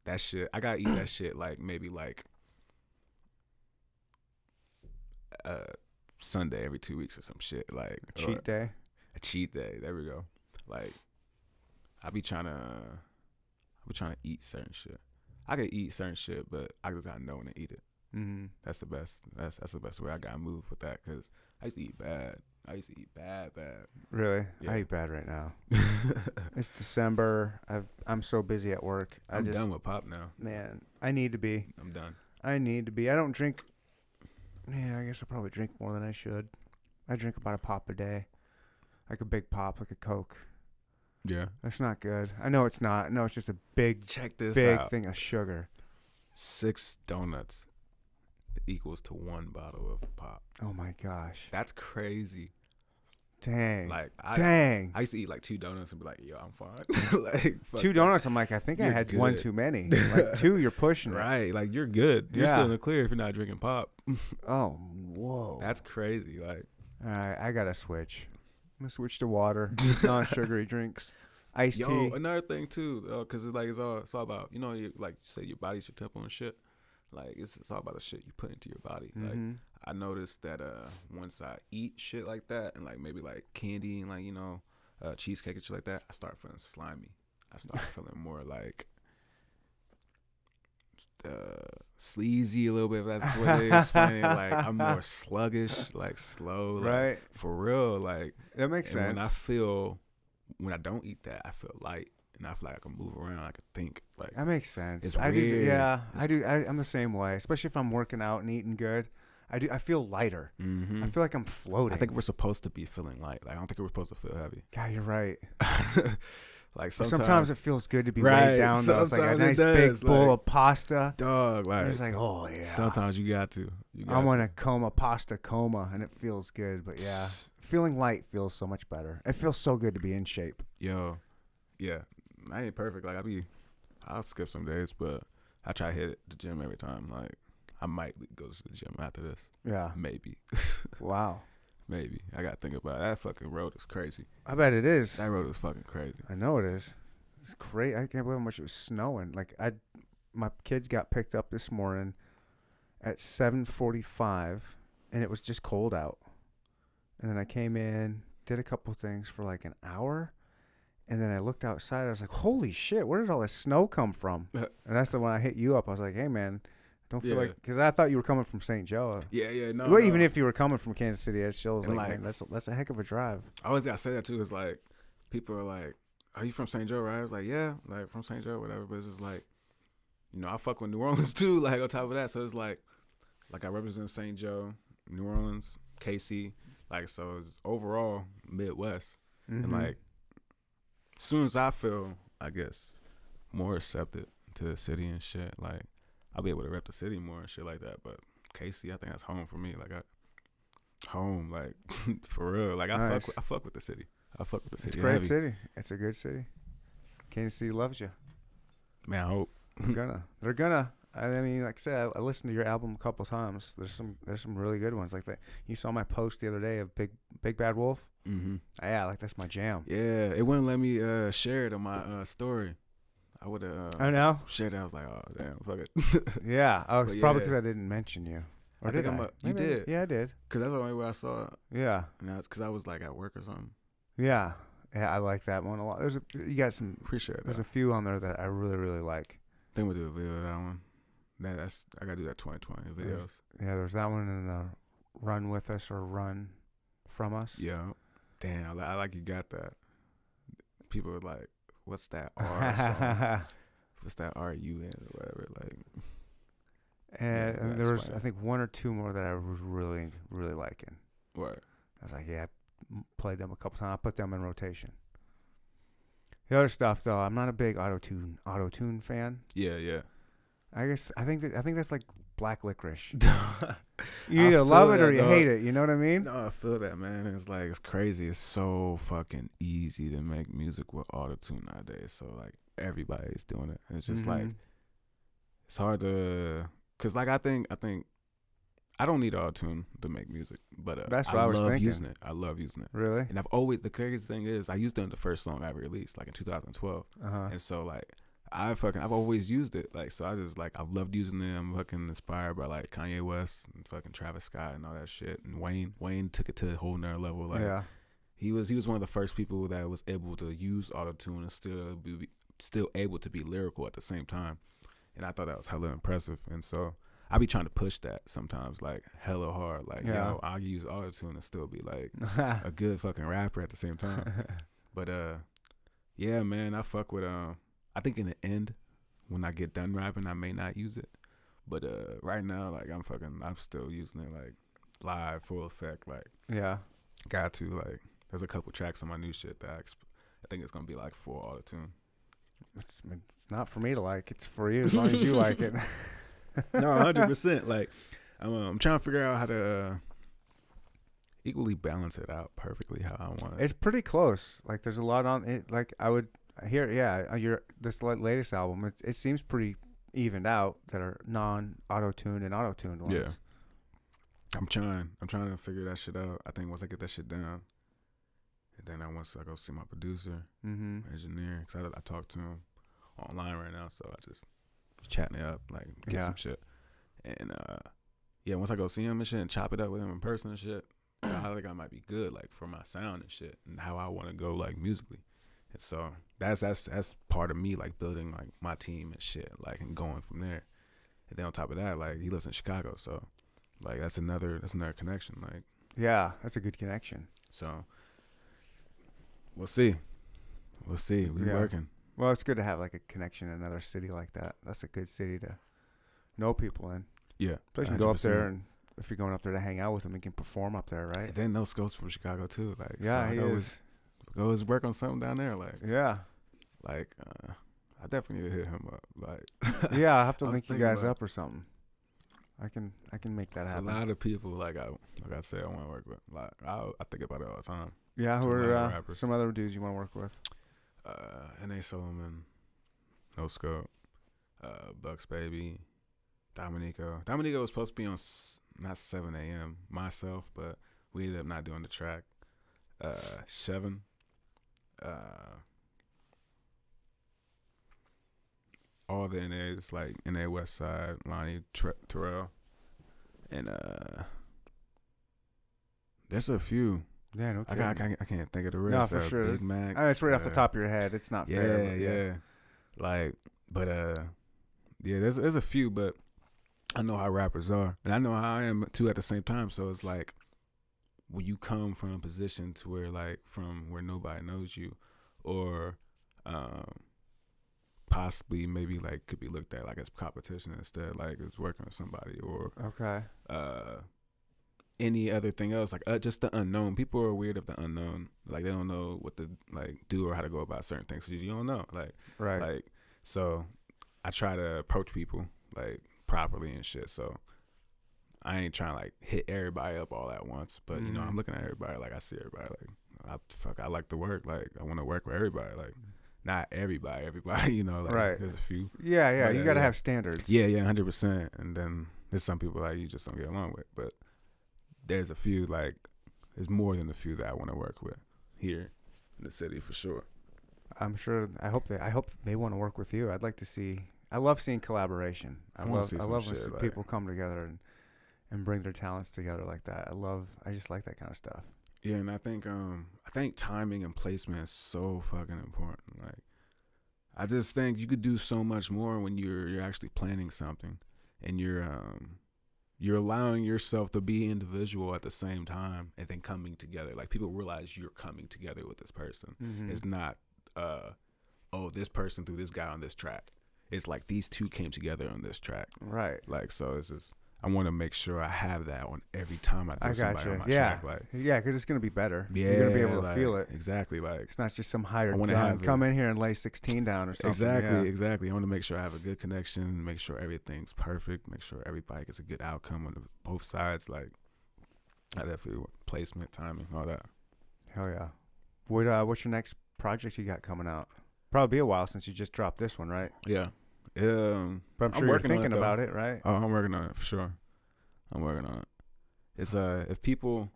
That shit, I gotta eat that shit like maybe like uh Sunday every two weeks or some shit like or
Cheat day.
a cheat day. There we go. Like I be trying to, I be trying to eat certain shit. I could eat certain shit, but I just gotta know when to eat it.
Mm-hmm.
That's the best. That's that's the best way I gotta move with that. Cause I used to eat bad. I used to eat bad, bad.
Really,
Yeah.
I eat bad right now. It's December. I've I'm so busy at work. I
I'm
just
done with pop now.
man, I need to be.
I'm done.
I need to be. I don't drink. Yeah, I guess I probably drink more than I should. I drink about a pop a day, like a big pop, like a Coke.
Yeah.
That's not good. I know it's not. No, it's just a big,
Check this
big
out.
thing of sugar.
Six donuts equals to one bottle of pop.
Oh my gosh!
That's crazy.
Dang!
Like I,
Dang!
I used to eat like two donuts and be like, yo, I'm fine. like fuck
two
it.
donuts. I'm like, I think I
You're
had one
good.
too many. like two, you're pushing it.
Right. Like you're good. You're
Yeah.
still in the clear if you're not drinking pop.
Oh, whoa!
That's crazy. Like
All right, I gotta switch. I'm gonna switch to water, non-sugary drinks, iced
Yo,
tea.
another thing too, though, cause it's like it's all it's all about you know, you, like you say your body's your temple and shit. Like it's it's all about the shit you put into your body. Like
Mhm.
I noticed that uh once I eat shit like that and like maybe like candy and like you know uh, cheesecake and shit like that, I start feeling slimy. I start feeling more like uh sleazy a little bit. If that's the way they explain it. Like I'm more sluggish, like slow, like,
Right.
For real, like
That makes
and
sense.
when I feel when I don't eat that, I feel light and I feel like I can move around. I can think like
That makes sense.
It's
I do.
weird.
Yeah,
It's-
I do. I, I'm the same way, especially if I'm working out and eating good. I do. I feel lighter.
mm-hmm. I,
I feel like I'm floating.
think we're supposed to be feeling light. Like I don't think we're supposed to feel heavy.
God, you're right.
like
Sometimes,
sometimes,
it feels good to be
Right,
laid down. Though. It's like a
sometimes it
nice
does,
big bowl
like-
of pasta.
dog
I'm
like,
just like, oh yeah.
sometimes you got to. You got
I'm on
to.
a coma, pasta coma, and it feels good. But yeah, feeling light feels so much better. It feels so good to be in shape.
yo, yeah. I ain't perfect. Like I be, I'll skip some days, but I try to hit the gym every time. Like I might go to the gym after this,
Yeah.
maybe,
Wow.
maybe. I gotta think about it. that. Fucking road is crazy.
I bet it is.
That road is fucking crazy.
I know it is. It's crazy. I can't believe how much it was snowing. Like I, my kids got picked up this morning at seven forty-five, and it was just cold out. And then I came in, did a couple things for like an hour, And then I looked outside. I was like, "Holy shit! Where did all this snow come from?"
Uh.
and that's the one I hit you up. I was like, "Hey, man, don't feel
Yeah.
like," because I thought you were coming from St. Joe.
Yeah, yeah, no.
well, even
no.
if you were coming from Kansas City, it's still like,
And, like-
man, that's that's a heck of a drive.
I always gotta say that too. Is like people are like, "Are you from St. Joe?" Right? I was like, "Yeah, like from St. Joe, whatever." But it's just like, you know, I fuck with New Orleans too. Like on top of that, so it's like, like I represent St. Joe, New Orleans, KC. Like so, it's overall Midwest,
Mhm.
and like, soon as I feel, I guess, more accepted to the city and shit, like I'll be able to rep the city more and shit like that. But KC, I think that's home for me. Like I. Home, like for real, like I
Nice.
fuck, with, I fuck with the city. I fuck with the city.
it's a great
heavy.
city. It's a good city. Kansas City loves you.
Man, I hope.
They're gonna. They're gonna. I mean, like I said, I, I listened to your album a couple times. There's some. There's some really good ones. Like that. You saw my post the other day of Big Big Bad Wolf. Ah,
Mm-hmm.
Yeah, like that's my jam.
Yeah, it wouldn't let me uh, share it on my uh, story. I would have uh,
I know.
shared it. I was like, oh damn, fuck it,
Oh, Yeah, I was
But
probably
yeah.
because I didn't mention you. Or
I
did
think I'm
I?
a- you
Maybe I-
did.
Yeah, I did.
because that's the only way I saw it.
Yeah,
And that's because I was like at work or something.
yeah, yeah. I like that one a lot. There's a you got some.
Appreciate that.
There's
I
a few on there that I really really like.
think we'll do a video of that one. That, that's I gotta do that 2020 videos.
Yeah, there's that one in the Run with Us or Run from Us.
Yeah, damn, I, li- I like you got that. People were like, what's that R? song? what's that R U N or whatever? Like,
and,
Yeah,
and
that's
there was
why.
I think one or two more that I was really really liking.
what?
I was like, yeah, I played them a couple times. I put them in rotation. The other stuff though, I'm not a big auto tune auto tune fan.
Yeah, yeah.
I guess I think that, I think that's like black licorice.
I
You either love
feel
it or
that,
you
dog.
hate it. You know what I mean?
No, I feel that, man. It's like it's crazy. It's so fucking easy to make music with autotune nowadays. So like everybody's doing it. And It's just like
Mhm.
it's hard to, cause like I think I think I don't need autotune to make music, but uh,
That's what I was
love
thinking.
using it. I love using it.
really.
And I've always the craziest thing is I used it in the first song I ever released, like in 2012.
Uh huh.
And so like I fucking I've always used it. Like so I just like I've loved using it. I'm fucking inspired by like Kanye West and fucking Travis Scott and all that shit. And Wayne Wayne took it to a whole nother level. Like
yeah.
he was he was one of the first people that was able to use autotune and still be still able to be lyrical at the same time. And I thought that was hella impressive. And so I be trying to push that sometimes, like hella hard. Like,
Yeah.
yo, I'll use autotune and still be like a good fucking rapper at the same time. But uh, yeah, man, I fuck with um. I think in the end, when I get done rapping, I may not use it. But uh, right now, like I'm fucking, I'm still using it like live, full effect. Like
yeah.
got to like. There's a couple tracks on my new shit that I, exp- I think it's gonna be like full auto tune.
It's, I mean, it's not for me to like. It's for you as long as you like it.
No, 100. percent Like I'm, uh, I'm trying to figure out how to uh, equally balance it out perfectly how I want it.
It's pretty close. Like there's a lot on it. Like I would hear. Yeah, uh, your this la- latest album. It it seems pretty evened out that are non auto tuned and auto tuned ones.
Yeah. I'm trying. I'm trying to figure that shit out. I think once I get that shit down, and then I once I go see my producer,
Mm-hmm.
engineer, because I, I talk to him online right now, so I just chatting it up, like get
Yeah.
some shit, and uh, yeah, once I go see him and shit, and chop it up with him in person and shit, I think I might be good, like for my sound and shit, and how I want to go like musically, and so that's that's that's part of me like building like my team and shit, like and going from there, and then on top of that, like he lives in Chicago, so like that's another that's another connection, like
Yeah, that's a good connection.
so we'll see, we'll see, we
Yeah.
working.
Well, it's good to have like a connection in another city like that. That's a good city to know people in.
Yeah.
Plus, you can go up
100%.
there and if you're going up there to hang out with them, you can perform up there, right?
And then those goes from Chicago too. Like
Yeah,
so I
he
know
is.
it's- go his work on something down there. Like
Yeah,
like uh, I definitely need to hit him up. Like
yeah. I have to
I was
link you
thinking
guys
about it.
up or something. I can, I can make that
there's a
happen.
lot of people like I like I say I want to work with. Like I, I think about it all the time.
yeah, who
lot
are
of
uh,
rappers.
some other dudes you want to work with?
Uh, N.A. Solomon, No Scope, uh, Bucks Baby, Dominico. Dominico was supposed to be on s- not 7 a.m. myself, but we ended up not doing the track. Uh, Seven. Uh, all the NAs, like NA West Side, Lonnie Tre- Terrell. And uh, there's a few.
Yeah, no
I,
kidding.
got, I, can't, I can't think of the real
No,
stuff.
for sure.
Big
It's-
Mac.
I know it's right off the
uh,
top of your head. It's not
Yeah,
fair.
yeah,
but
Like, but uh, yeah. There's there's a few, but I know how rappers are, and I know how I am too at the same time. So it's like when you come from a position to where like from where nobody knows you, or um, possibly maybe like could be looked at like as competition instead, like as working with somebody or
Okay.
uh any other thing else like uh, just the unknown people are weird of the unknown like they don't know what to like do or how to go about certain things 'cause you don't know like
Right.
like so i try to approach people like properly and shit so i ain't trying to like hit everybody up all at once but you
Mm-hmm.
know
Mhm.
i'm looking at everybody like i see everybody like i fuck i like to work like i want to work with everybody like not everybody everybody you know like
Mm-hmm. Right.
there's a few
yeah, yeah.
But,
you
uh,
got to
yeah.
have standards.
yeah, yeah, hundred percent. And then there's some people like you just don't get along with, but there's a few like there's more than a few that I want to work with here in the city for sure.
I'm sure. I hope they. I hope they want to work with you. I'd like to see. I love seeing collaboration. I
I wanna
love.
see
I
some
love when
shit,
s-
like-
people come together and and bring their talents together like that. I love. I just like that kind of stuff.
Yeah, and I think um I think timing and placement is so fucking important. Like I just think you could do so much more when you're you're actually planning something and you're um you're allowing yourself to be individual at the same time and then coming together. Like people realize you're coming together with this person.
Hmm.
It's not uh oh this person threw this guy on this track. It's like these two came together on this track.
Right.
Like so it's just I want to make sure I have that on every time I throw
I
somebody
gotcha.
on my
Yeah.
track. Like
Yeah, because it's gonna be better.
yeah,
You're gonna be able to
like,
feel it.
exactly. Like
It's not just some hired
wanna
gun
have it.
come in here and lay 16 down or something.
exactly,
Yeah.
exactly. I want to make sure I have a good connection. Make sure everything's perfect. Make sure everybody gets a good outcome on the, both sides. Like I definitely want placement, timing, all that.
Hell yeah. What uh, what's your next project you got coming out? Probably be a while since you just dropped this one, right?
Yeah. Um.
But I'm
I'm
sure you're
working on it,
thinking
though.
about it, right?
Oh, I'm working on it for sure. I'm working on it. It's uh if people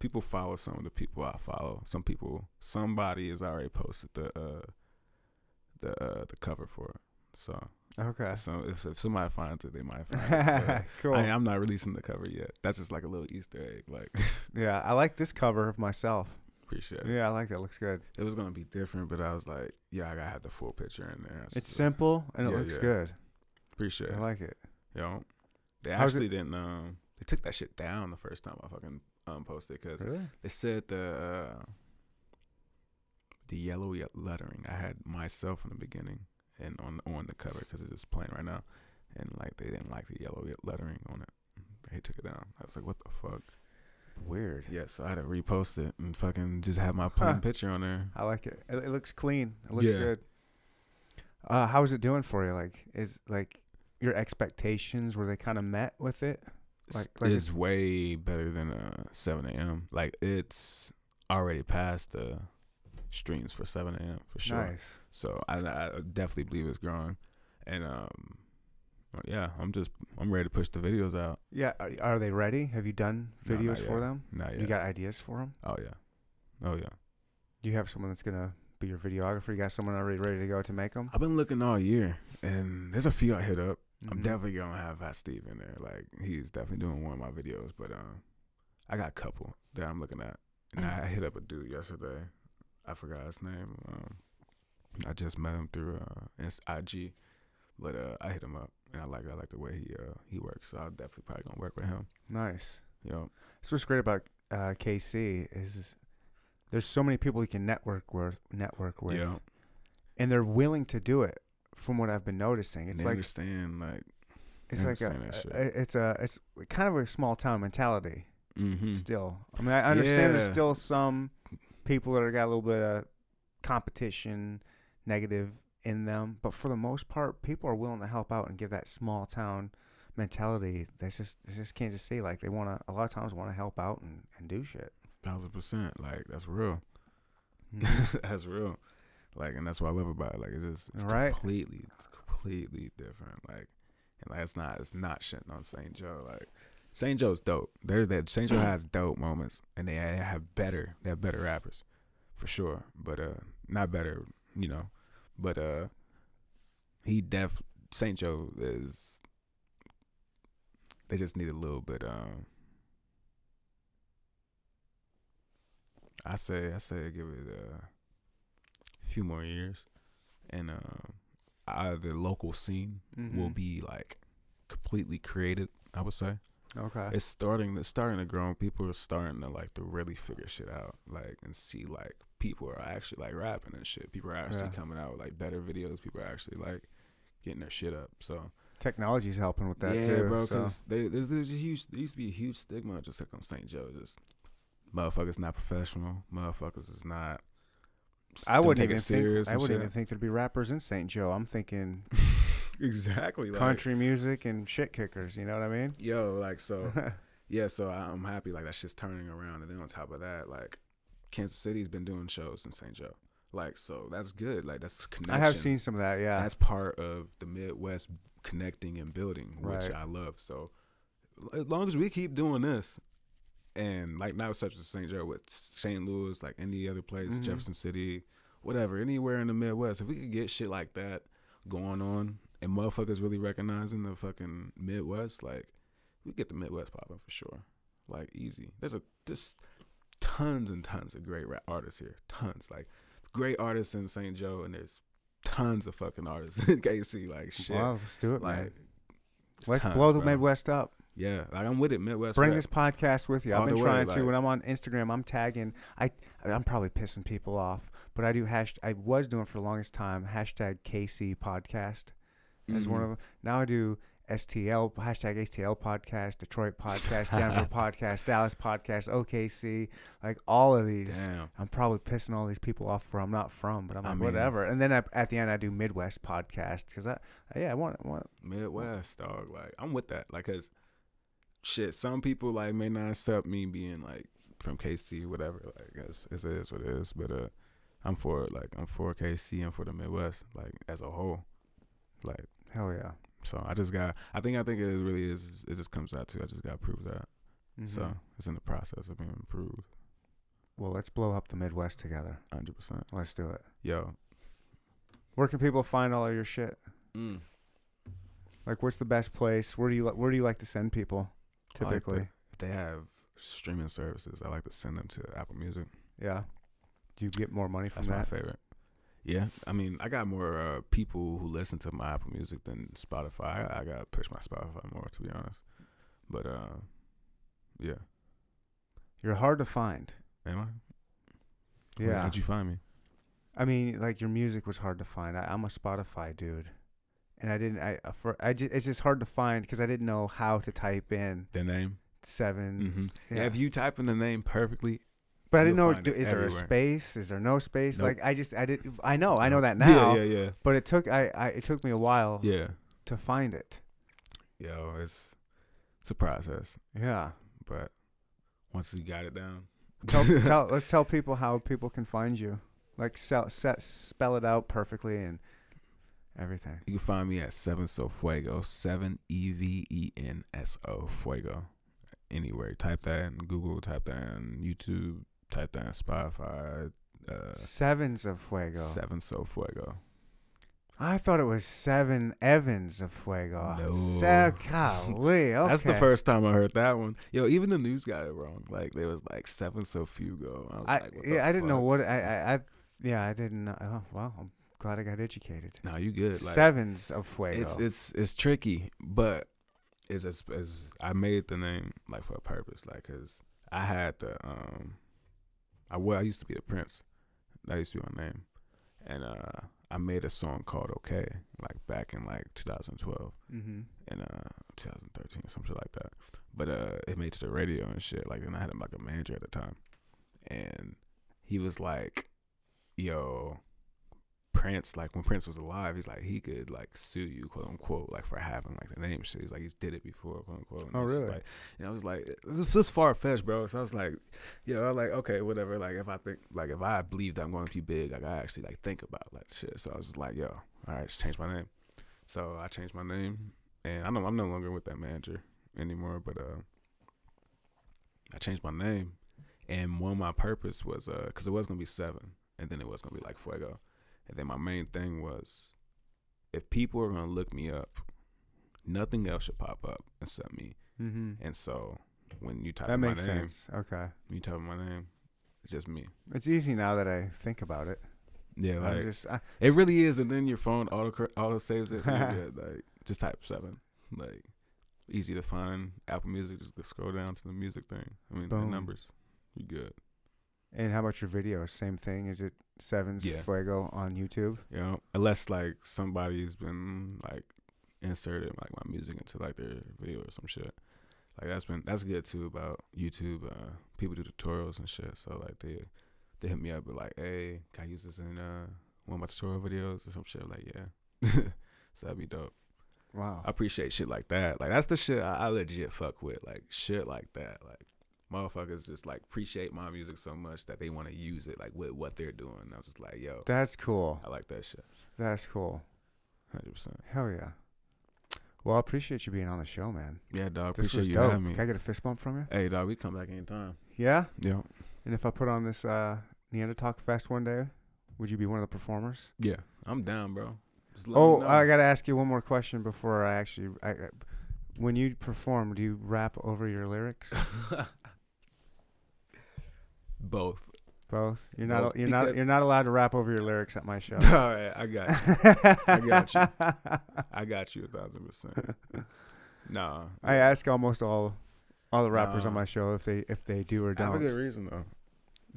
people follow some of the people I follow, some people somebody has already posted the uh the uh the cover for it. So
Okay.
so if if somebody finds it, they might find it.
cool.
But I, I'm not releasing the cover yet. That's just like a little Easter egg. Like
yeah, I like this cover of myself.
appreciate it.
Yeah, I like that. Looks good.
It was gonna be different, but I was like, yeah, I gotta have the full picture in there. So
It's simple and it
Yeah,
looks
yeah.
good.
Appreciate
I
it.
like it.
You know, they
How's it-
actually didn't. Um, they took that shit down the first time I fucking um posted because
Really?
they said the uh, the yellow ye- lettering. I had myself in the beginning and on on the cover because it's just playing right now, and like they didn't like the yellow ye- lettering on it. They took it down. I was like, what the fuck?
Weird.
Yeah, so I had to repost it and fucking just have my plain
Huh.
picture on there.
I like it. It, it looks clean. It looks
Yeah.
good. Uh, how is it doing for you? Like, is like your expectations were they kind of met with it?
Like,
Like- like
it's way better than uh, 7 a.m. Like it's already past the streams for 7 a.m. for sure.
Nice.
So I, I definitely believe it's growing, and um, yeah, I'm just I'm ready to push the videos out.
Yeah. Are, are they ready? Have you done
No, not
videos for
yet.
them?
Not yet.
You got ideas for them?
oh yeah, oh yeah.
Do you have someone that's gonna be your videographer? You got someone already ready to go to make them?
I've been looking all year, and there's a few I hit up.
Mm-hmm.
I'm definitely gonna have Hot Steve in there. Like he's definitely doing one of my videos, but um, I got a couple that I'm looking at, and
Mm.
I hit up a dude yesterday. I forgot his name. Um, I just met him through uh, Inst- IG, but uh, I hit him up, and I like I like the way he uh he works. So I'm definitely probably gonna work with him.
nice.
You know.
So what's great about uh, KC is there's so many people you can network with, network with,
Yeah,
and they're willing to do it. From what I've been noticing,
it's
it's
they
like
understand like
it's
I
like a,
understand that shit.
a- it's a it's kind of a small town mentality Mm-hmm.
mhm.
still. I mean, I understand there's
Yeah.
still some people that are got a little bit of competition, negative in them, but for the most part, people are willing to help out and give that small town mentality. That's just it's just Kansas City. Like they want to a lot of times want to help out and and do shit.
thousand percent. Like that's real.
Mm-hmm.
that's real. Like, and that's what I love about it. Like, it's just it's
Right.
completely, it's completely different. Like, and like it's not, it's not shitting on St. Joe. Like, St. Joe's dope. There's that St. Joe has dope moments, and they have better, they have better rappers, for sure. But uh, not better, you know. But uh, he def St. Joe is. They just need a little bit um. I say I say give it a few more years, and um, I, the local scene will
Mhm.
be like completely created. I would say
Okay.
it's starting it's starting to grow. and People are starting to like to really figure shit out, like and see like people are actually like rapping and shit. People are actually
Yeah.
coming out with like better videos. People are actually like getting their shit up. So
Technology's helping with that
yeah,
too.
bro,
so-
because they there's, there's a huge there used to be a huge stigma just like on St. Joe, just motherfuckers not professional, motherfuckers is not.
I
don't
wouldn't
take it
even think
serious
I
and
wouldn't even
shit.
think there'd be rappers in St. Joe. I'm thinking
exactly like,
country music and shit kickers. You know what I mean?
Yo, like so, yeah. So I- I'm happy like that shit's turning around, and then on top of that, like Kansas City's been doing shows in St. Joe, like so that's good. Like that's the connection.
I have seen some of that. Yeah.
that's part of the Midwest connecting and building,
Right.
which I love. So as long as we keep doing this, and like now such as St. Joe with St. Louis, like any other place,
Mhm.
Jefferson City, whatever, anywhere in the Midwest, if we could get shit like that going on and motherfuckers really recognizing the fucking Midwest, like we get the Midwest popping for sure. Like easy. There's a there's tons and tons of great rap artists here. Tons. Like great artists in St. Joe and there's tons of fucking artists in KC. Like shit.
Wow, let's do it, man.
like it's
Let's
tons,
blow the
bro.
Midwest up.
Yeah. Like I'm with it, Midwest.
Bring
rap.
this podcast with you. I've
All
been
the way,
trying to.
like-
When I'm on Instagram, I'm tagging. I I'm probably pissing people off, but I do hash. I was doing for the longest time hashtag KC podcast as one
Mhm.
of them. Now I do STL hashtag STL podcast, Detroit podcast, Denver podcast, Dallas podcast, OKC, like all of these.
Damn.
I'm probably pissing all these people off where I'm not from, but I'm
I
like
mean-
whatever. And then I, at the end, I do Midwest podcast because I yeah I want want
Midwest, dog. Like I'm with that. Like, cause shit, some people like may not accept me being like from KC, whatever. Like, it's, it's it is what it is. But uh, I'm for it. Like, I'm for KC and for the Midwest, like as a whole. Like,
hell yeah.
so I just got. I think I think it really is. It just comes out to. I just got to prove that. So
Mhm.
it's in the process of being improved.
well, let's blow up the Midwest together.
Hundred percent.
Let's do it.
Yo.
Where can people find all of your shit?
Mm.
Like, where's the best place? Where do you li- where do you like to send people?
I like
Typically,
that. If they have streaming services, I like to send them to Apple Music.
yeah. Do you get more money from
That's my
that?
favorite. Yeah, I mean, I got more uh, people who listen to my Apple Music than Spotify. I, I gotta push my Spotify more, to be honest. But uh, yeah,
You're hard to find.
am I? Where
Yeah.
did you find me?
I mean, like your music was hard to find. I, I'm a Spotify dude, and I didn't. I uh, for I just it's just hard to find because I didn't know how to type in
The name?
7
hmm Yeah.
yeah.
If you type in the name perfectly,
but I
you'll
didn't know.
find
Do,
it
is there a
everywhere.
space? Is there no space?
Nope.
Like I just I did. not I know. Oh, I know that now.
uh, Yeah, yeah,
But it took I, I it took me a while
yeah.
to find it.
Yeah, yo, it's it's a process,
Yeah.
but once you got it down,
Tell, tell let's tell people how people can find you. Like sell, set, spell it out perfectly and everything.
You can find me at Seven So Fuego, seven E V E N S O Fuego. Anywhere, type that in Google, type that in YouTube, type that in Spotify. Uh,
Sevens of Fuego.
seven So Fuego.
I thought it was seven Evans of Fuego.
No.
Se- golly, okay.
That's the first time I heard that one. Yo, even the news got it wrong. Like there was like Seven So Fuego. I was
I
like, what the
yeah, I didn't know
fuck?
what I, I I yeah I didn't. Know. Oh wow, I'm glad I got educated.
No, you good. Like,
Sevens of Fuego.
it's it's it's tricky, but it's as as I made the name like for a purpose, like because I had the um, I well I used to be the prince, that used to be my name, and uh, I made a song called Okay, like back in like 2012
mm-hmm.
and uh 2013 or something like that. But uh, it made it to the radio and shit. Like, and I had like a manager at the time, and he was like, "Yo, Prince. Like when Prince was alive, he's like he could like sue you, quote unquote, like for having like the name and shit. He's like he's did it before, quote unquote. And
Oh,
I was just
really?
Like, and I was like, this is just far fetched, bro. So I was like, yo, I was like okay, whatever. Like if I think like if I believe that I'm going to be big, like I actually like think about like shit. So I was just like, yo, all right, just change my name. So I changed my name, and I know I'm no longer with that manager anymore. But uh, I changed my name, and one of my purpose was uh, cause it was gonna be seven, and then it was gonna be like Fuego, and then my main thing was, if people are gonna look me up, nothing else should pop up except me.
Mm-hmm.
And so when you type
That
in my
makes
name,
sense. Okay.
when you type in my name, It's just me.
It's easy now that I think about it.
Yeah,
I
like
just, I,
it really is. And then your phone auto cor- auto saves it. so you're good. Like just type seven. Like easy to find. Apple Music. Just scroll down to the music thing. I mean the
Boom.
numbers. You good?
and how about your videos? Same thing. Is it Sevens
Yeah.
Fuego on YouTube?
You know, unless like somebody's been like inserted like my music into like their video or some shit. Like that's been that's good too about YouTube. Uh, people do tutorials and shit, so like they they hit me up with like, "Hey, can I use this in uh, one of my tutorial videos or some shit?" Like, yeah, so that'd be dope.
Wow.
I appreciate shit like that. Like that's the shit I, I legit fuck with. Like shit like that. Like motherfuckers just like appreciate my music so much that they want to use it like with what they're doing. And I was just like, yo,
That's cool.
I like that shit.
That's cool.
Hundred percent.
Hell yeah. Well, I appreciate you being on the show, man.
Yeah, dog.
This
Appreciate
was
you
dope.
having me.
Can I get a fist bump from you?
Hey, dog. We come back anytime.
Yeah.
Yeah.
And if I put on this uh, Neanderthal Fest one day, would you be one of the performers?
Yeah. I'm down, bro. Just let me
Oh,
know.
I gotta ask you one more question before I actually. I, I- when you perform, do you rap over your lyrics?
both.
Both. You're not.
Both,
You're not.
because-
You're not allowed to rap over your lyrics at my show.
All right, I got. You. I got you. I got you a thousand percent. Nah.
I ask almost all, all the rappers on
Nah.
my show if they if they do or
I have a good
don't.
reason though.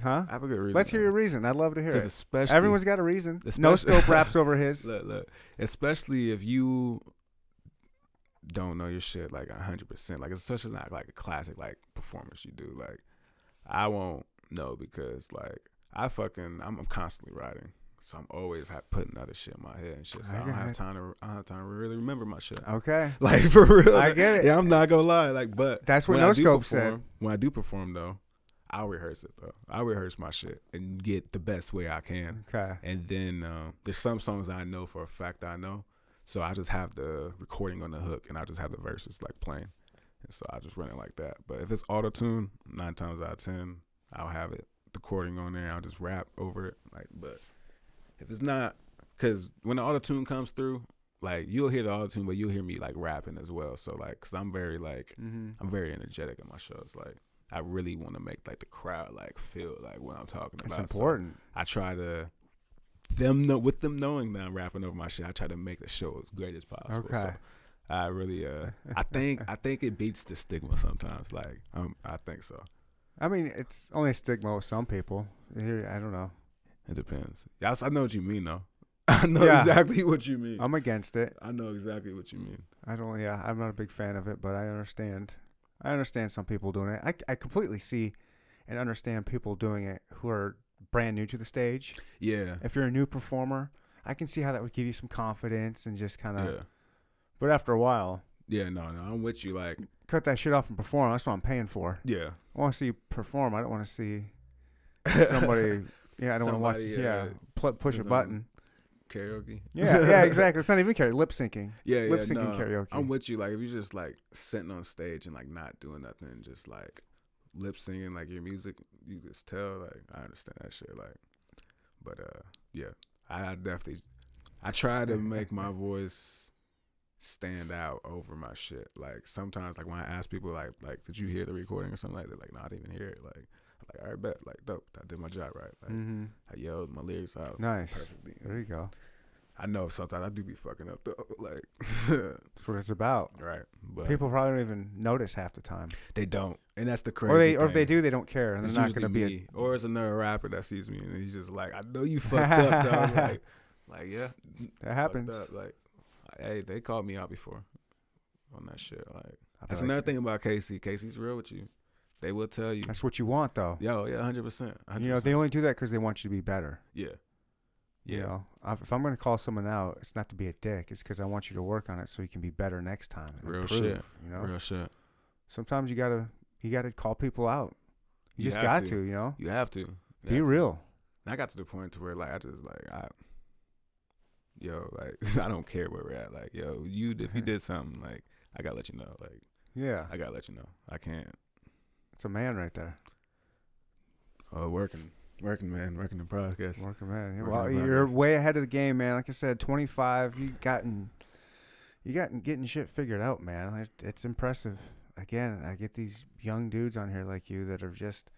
Huh?
I have a good reason.
Let's hear your reason. I'd love to hear
Because
it.
especially
Everyone's got a reason. No
especially-
scope raps over his.
look, look. Especially if you don't know your shit like hundred percent. Like it's such as not like a classic like performance you do. Like I won't know because like I fucking I'm, I'm constantly writing. So I'm always ha- putting other shit in my head and shit. So I,
I
don't have
got-
time to I don't have time to really remember my shit.
Okay.
Like for real.
I get it.
Yeah, I'm not gonna lie. Like, but
That's what
when I
No
do
Scope said.
perform- When I do perform though, I'll rehearse it though. I'll rehearse my shit and get the best way I can.
Okay.
And then uh, there's some songs I know for a fact I know, so I just have the recording on the hook, and I just have the verses like playing, and so I just run it like that. But if it's auto tune, nine times out of ten, I'll have it the recording on there. I'll just rap over it, like. But if it's not, because when the auto tune comes through, like you'll hear the auto tune, but you'll hear me like rapping as well. So like, cause I'm very like
Mm-hmm.
I'm very energetic in my shows, like. I really want to make like the crowd like feel like what I'm talking
It's
about. So-
important.
I try to them know with them knowing that I'm rapping over my shit. I try to make the show as great as possible.
Okay.
So I really, uh, I think, I think it beats the stigma sometimes. Like, um, I think so.
I mean, it's only a stigma with some people. Here, I don't know.
It depends. Yeah, I know what you mean, though. I know
Yeah.
exactly what you mean.
I'm against it.
I know exactly what you mean.
I don't. Yeah, I'm not a big fan of it, but I understand. I understand some people doing it. I, I completely see and understand people doing it who are brand new to the stage.
Yeah.
If you're a new performer, I can see how that would give you some confidence and just kind of.
Yeah.
But after a while,
Yeah. No, no, I'm with you. Like,
cut that shit off and perform. That's what I'm paying for.
yeah.
I want to see you perform. I don't want to see somebody. Yeah, I don't want to
Somebody,
watch. Yeah,
uh,
pl- push a
is on-
button.
Karaoke.
Yeah, yeah, exactly. It's not even karaoke. Lip syncing.
Yeah,
Lip
yeah,
syncing
nah,
karaoke.
I'm with you. Like if you're just like sitting on stage and like not doing nothing, and just like lip singing like your music, you just tell. Like I understand that shit. Like, but uh, yeah, I, I definitely, I try to make my voice stand out over my shit. Like sometimes, like when I ask people, like, like did you hear the recording or something like that? Like, not even hear it. Like, like all right, bet. Like, dope. I did my job right. Like,
Mm-hmm.
I yelled my lyrics out
Nice.
perfectly.
There you go.
I know sometimes I do be fucking up though. Like.
That's what it's about.
Right. But
People probably don't even notice half the time,
they don't. And that's the crazy
or they or if
thing.
they do, they don't care, and
it's
they're not
usually
going to be.
me. Oh, or it's another rapper that sees me and he's just like, I know you fucked up, dog. Like, like yeah. fucked
that happens.
up. Like hey, they called me out before on that shit. Like
I feel like
that's another thing about Casey. Casey's real with you. They will tell you.
That's what you want, though.
Yo, yeah, hundred percent.
You know, they only do that because they want you to be better.
Yeah. Yeah.
You know, I- if I'm going to call someone out, it's not to be a dick. It's because I want you to work on it so you can be better next time. and
Real
improve,
shit.
You know,
Real shit.
sometimes you gotta you gotta call people out. You,
You
just
have
got to.
to.
you know,
You have to. You
be
have to.
real.
And I got to the point to where like I just like I yo, like I don't care where we're at. Like, yo, you if you did something, like I gotta let you know. Like
Yeah,
I gotta let you know. I can't
it's a man right there.
uh working working man, working the podcast.
Working man. Yeah,
Working
Well,
in
you're
progress.
way ahead of the game, man. Like I said, 25. You gotten, you gotten getting shit figured out, man. Like, It's impressive. Again, I get these young dudes on here like you that are just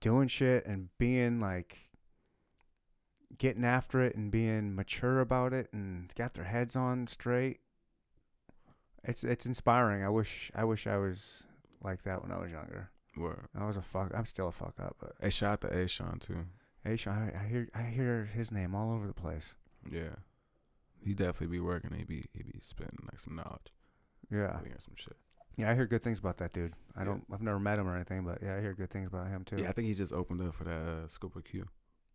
doing shit and being like getting after it and being mature about it and got their heads on straight. It's it's inspiring. I wish I wish I was like that when I was younger.
Word.
I was a fuck. I'm still a fuck up, but
Hey, shout out to A Sean too.
hey, Sean, I, I hear I hear his name all over the place.
Yeah. He definitely be working. He be he be spitting like some knowledge.
Yeah,
We hearing some shit.
yeah, I hear good things about that dude. I
Oh, Yeah.
don't. I've never met him or anything, but yeah, I hear good things about him too.
Yeah, I think he just opened up for that uh, Scoop of Q.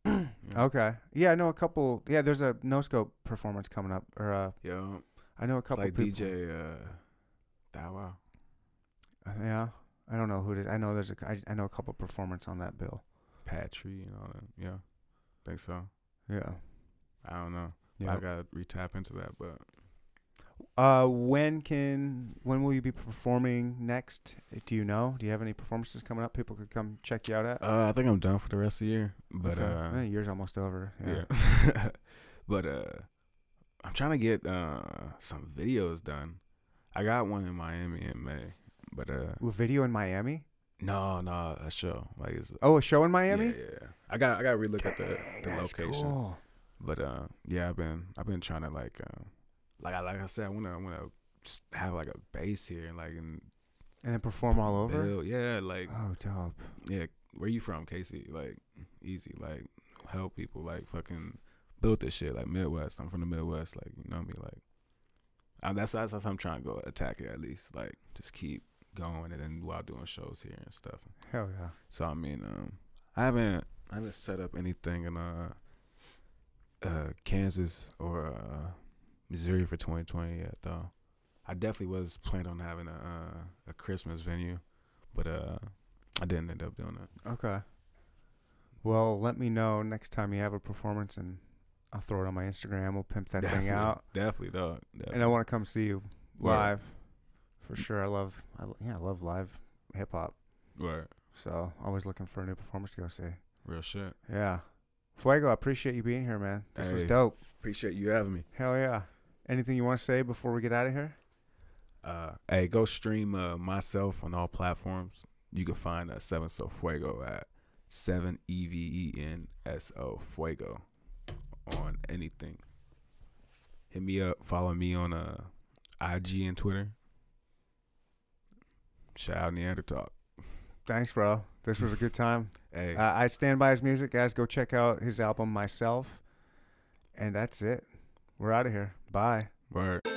Yeah.
Okay. Yeah, I know a couple. Yeah, there's a no scope performance coming up, or uh,
Yo, it's
I know a couple
like
people.
DJ uh, Bow Wow.
Yeah, I don't know who it is. I know there's a. I, I know a couple performance on that bill.
Patry and all that. Yeah, think so.
Yeah.
I don't know.
Yeah.
I gotta re-tap into that, but
Uh, when can when will you be performing next? Do you know? Do you have any performances coming up? People could come check you out at.
uh, I think I'm done for the rest of the year. But
Okay.
uh,
Eh, year's almost over. Yeah.
Yeah. but uh I'm trying to get uh some videos done. I got one in Miami in May. But uh
Ooh, video in Miami.
no, no, a show. Like it's
Oh, a show in
yeah,
Miami.
Yeah, yeah. I got I got to relook at the,
Dang,
the
that's
location.
cool.
But uh yeah, I've been I've been trying to like uh, like I like I said I want to I want to have like a base here and like and
And then perform all over.
build- yeah, like
Oh, dope.
yeah, where you from, Casey? Like, easy, like, help people, like, fucking build this shit, like, Midwest. I'm from the Midwest, like, you know what I mean? Like, I, that's, that's that's how I'm trying to go attack it, at least. Like, just keep going, and then while doing shows here and stuff.
Hell yeah.
So I mean, um, I haven't I haven't set up anything in uh, uh Kansas or uh, Missouri for 2020 yet, though. I definitely was planning on having a uh, a Christmas venue, but uh, I didn't end up doing it.
Okay. Well, let me know next time you have a performance, and I'll throw it on my Instagram. We'll pimp that
Definitely,
thing out,
Definitely, dog. Definitely.
and I want to come see you
Word.
live for sure. I love, I, l- yeah, I love live hip hop.
Word.
So always looking for a new performance to go see.
Real shit.
Yeah, Fuego, I appreciate you being here, man. This was
Hey.
dope.
Appreciate you having me.
Hell yeah. Anything you want to say before we get out of here?
Uh, hey, go stream uh, myself on all platforms. You can find uh, Seven So Fuego at Seven E V E N S O Fuego on anything. Hit me up. Follow me on uh, IG and Twitter. Shout out Neanderthal.
Thanks, bro. This was a good time.
Hey,
Uh, I stand by his music, guys. Go check out his album, Myself. And that's it. We're out of here. Bye.
word.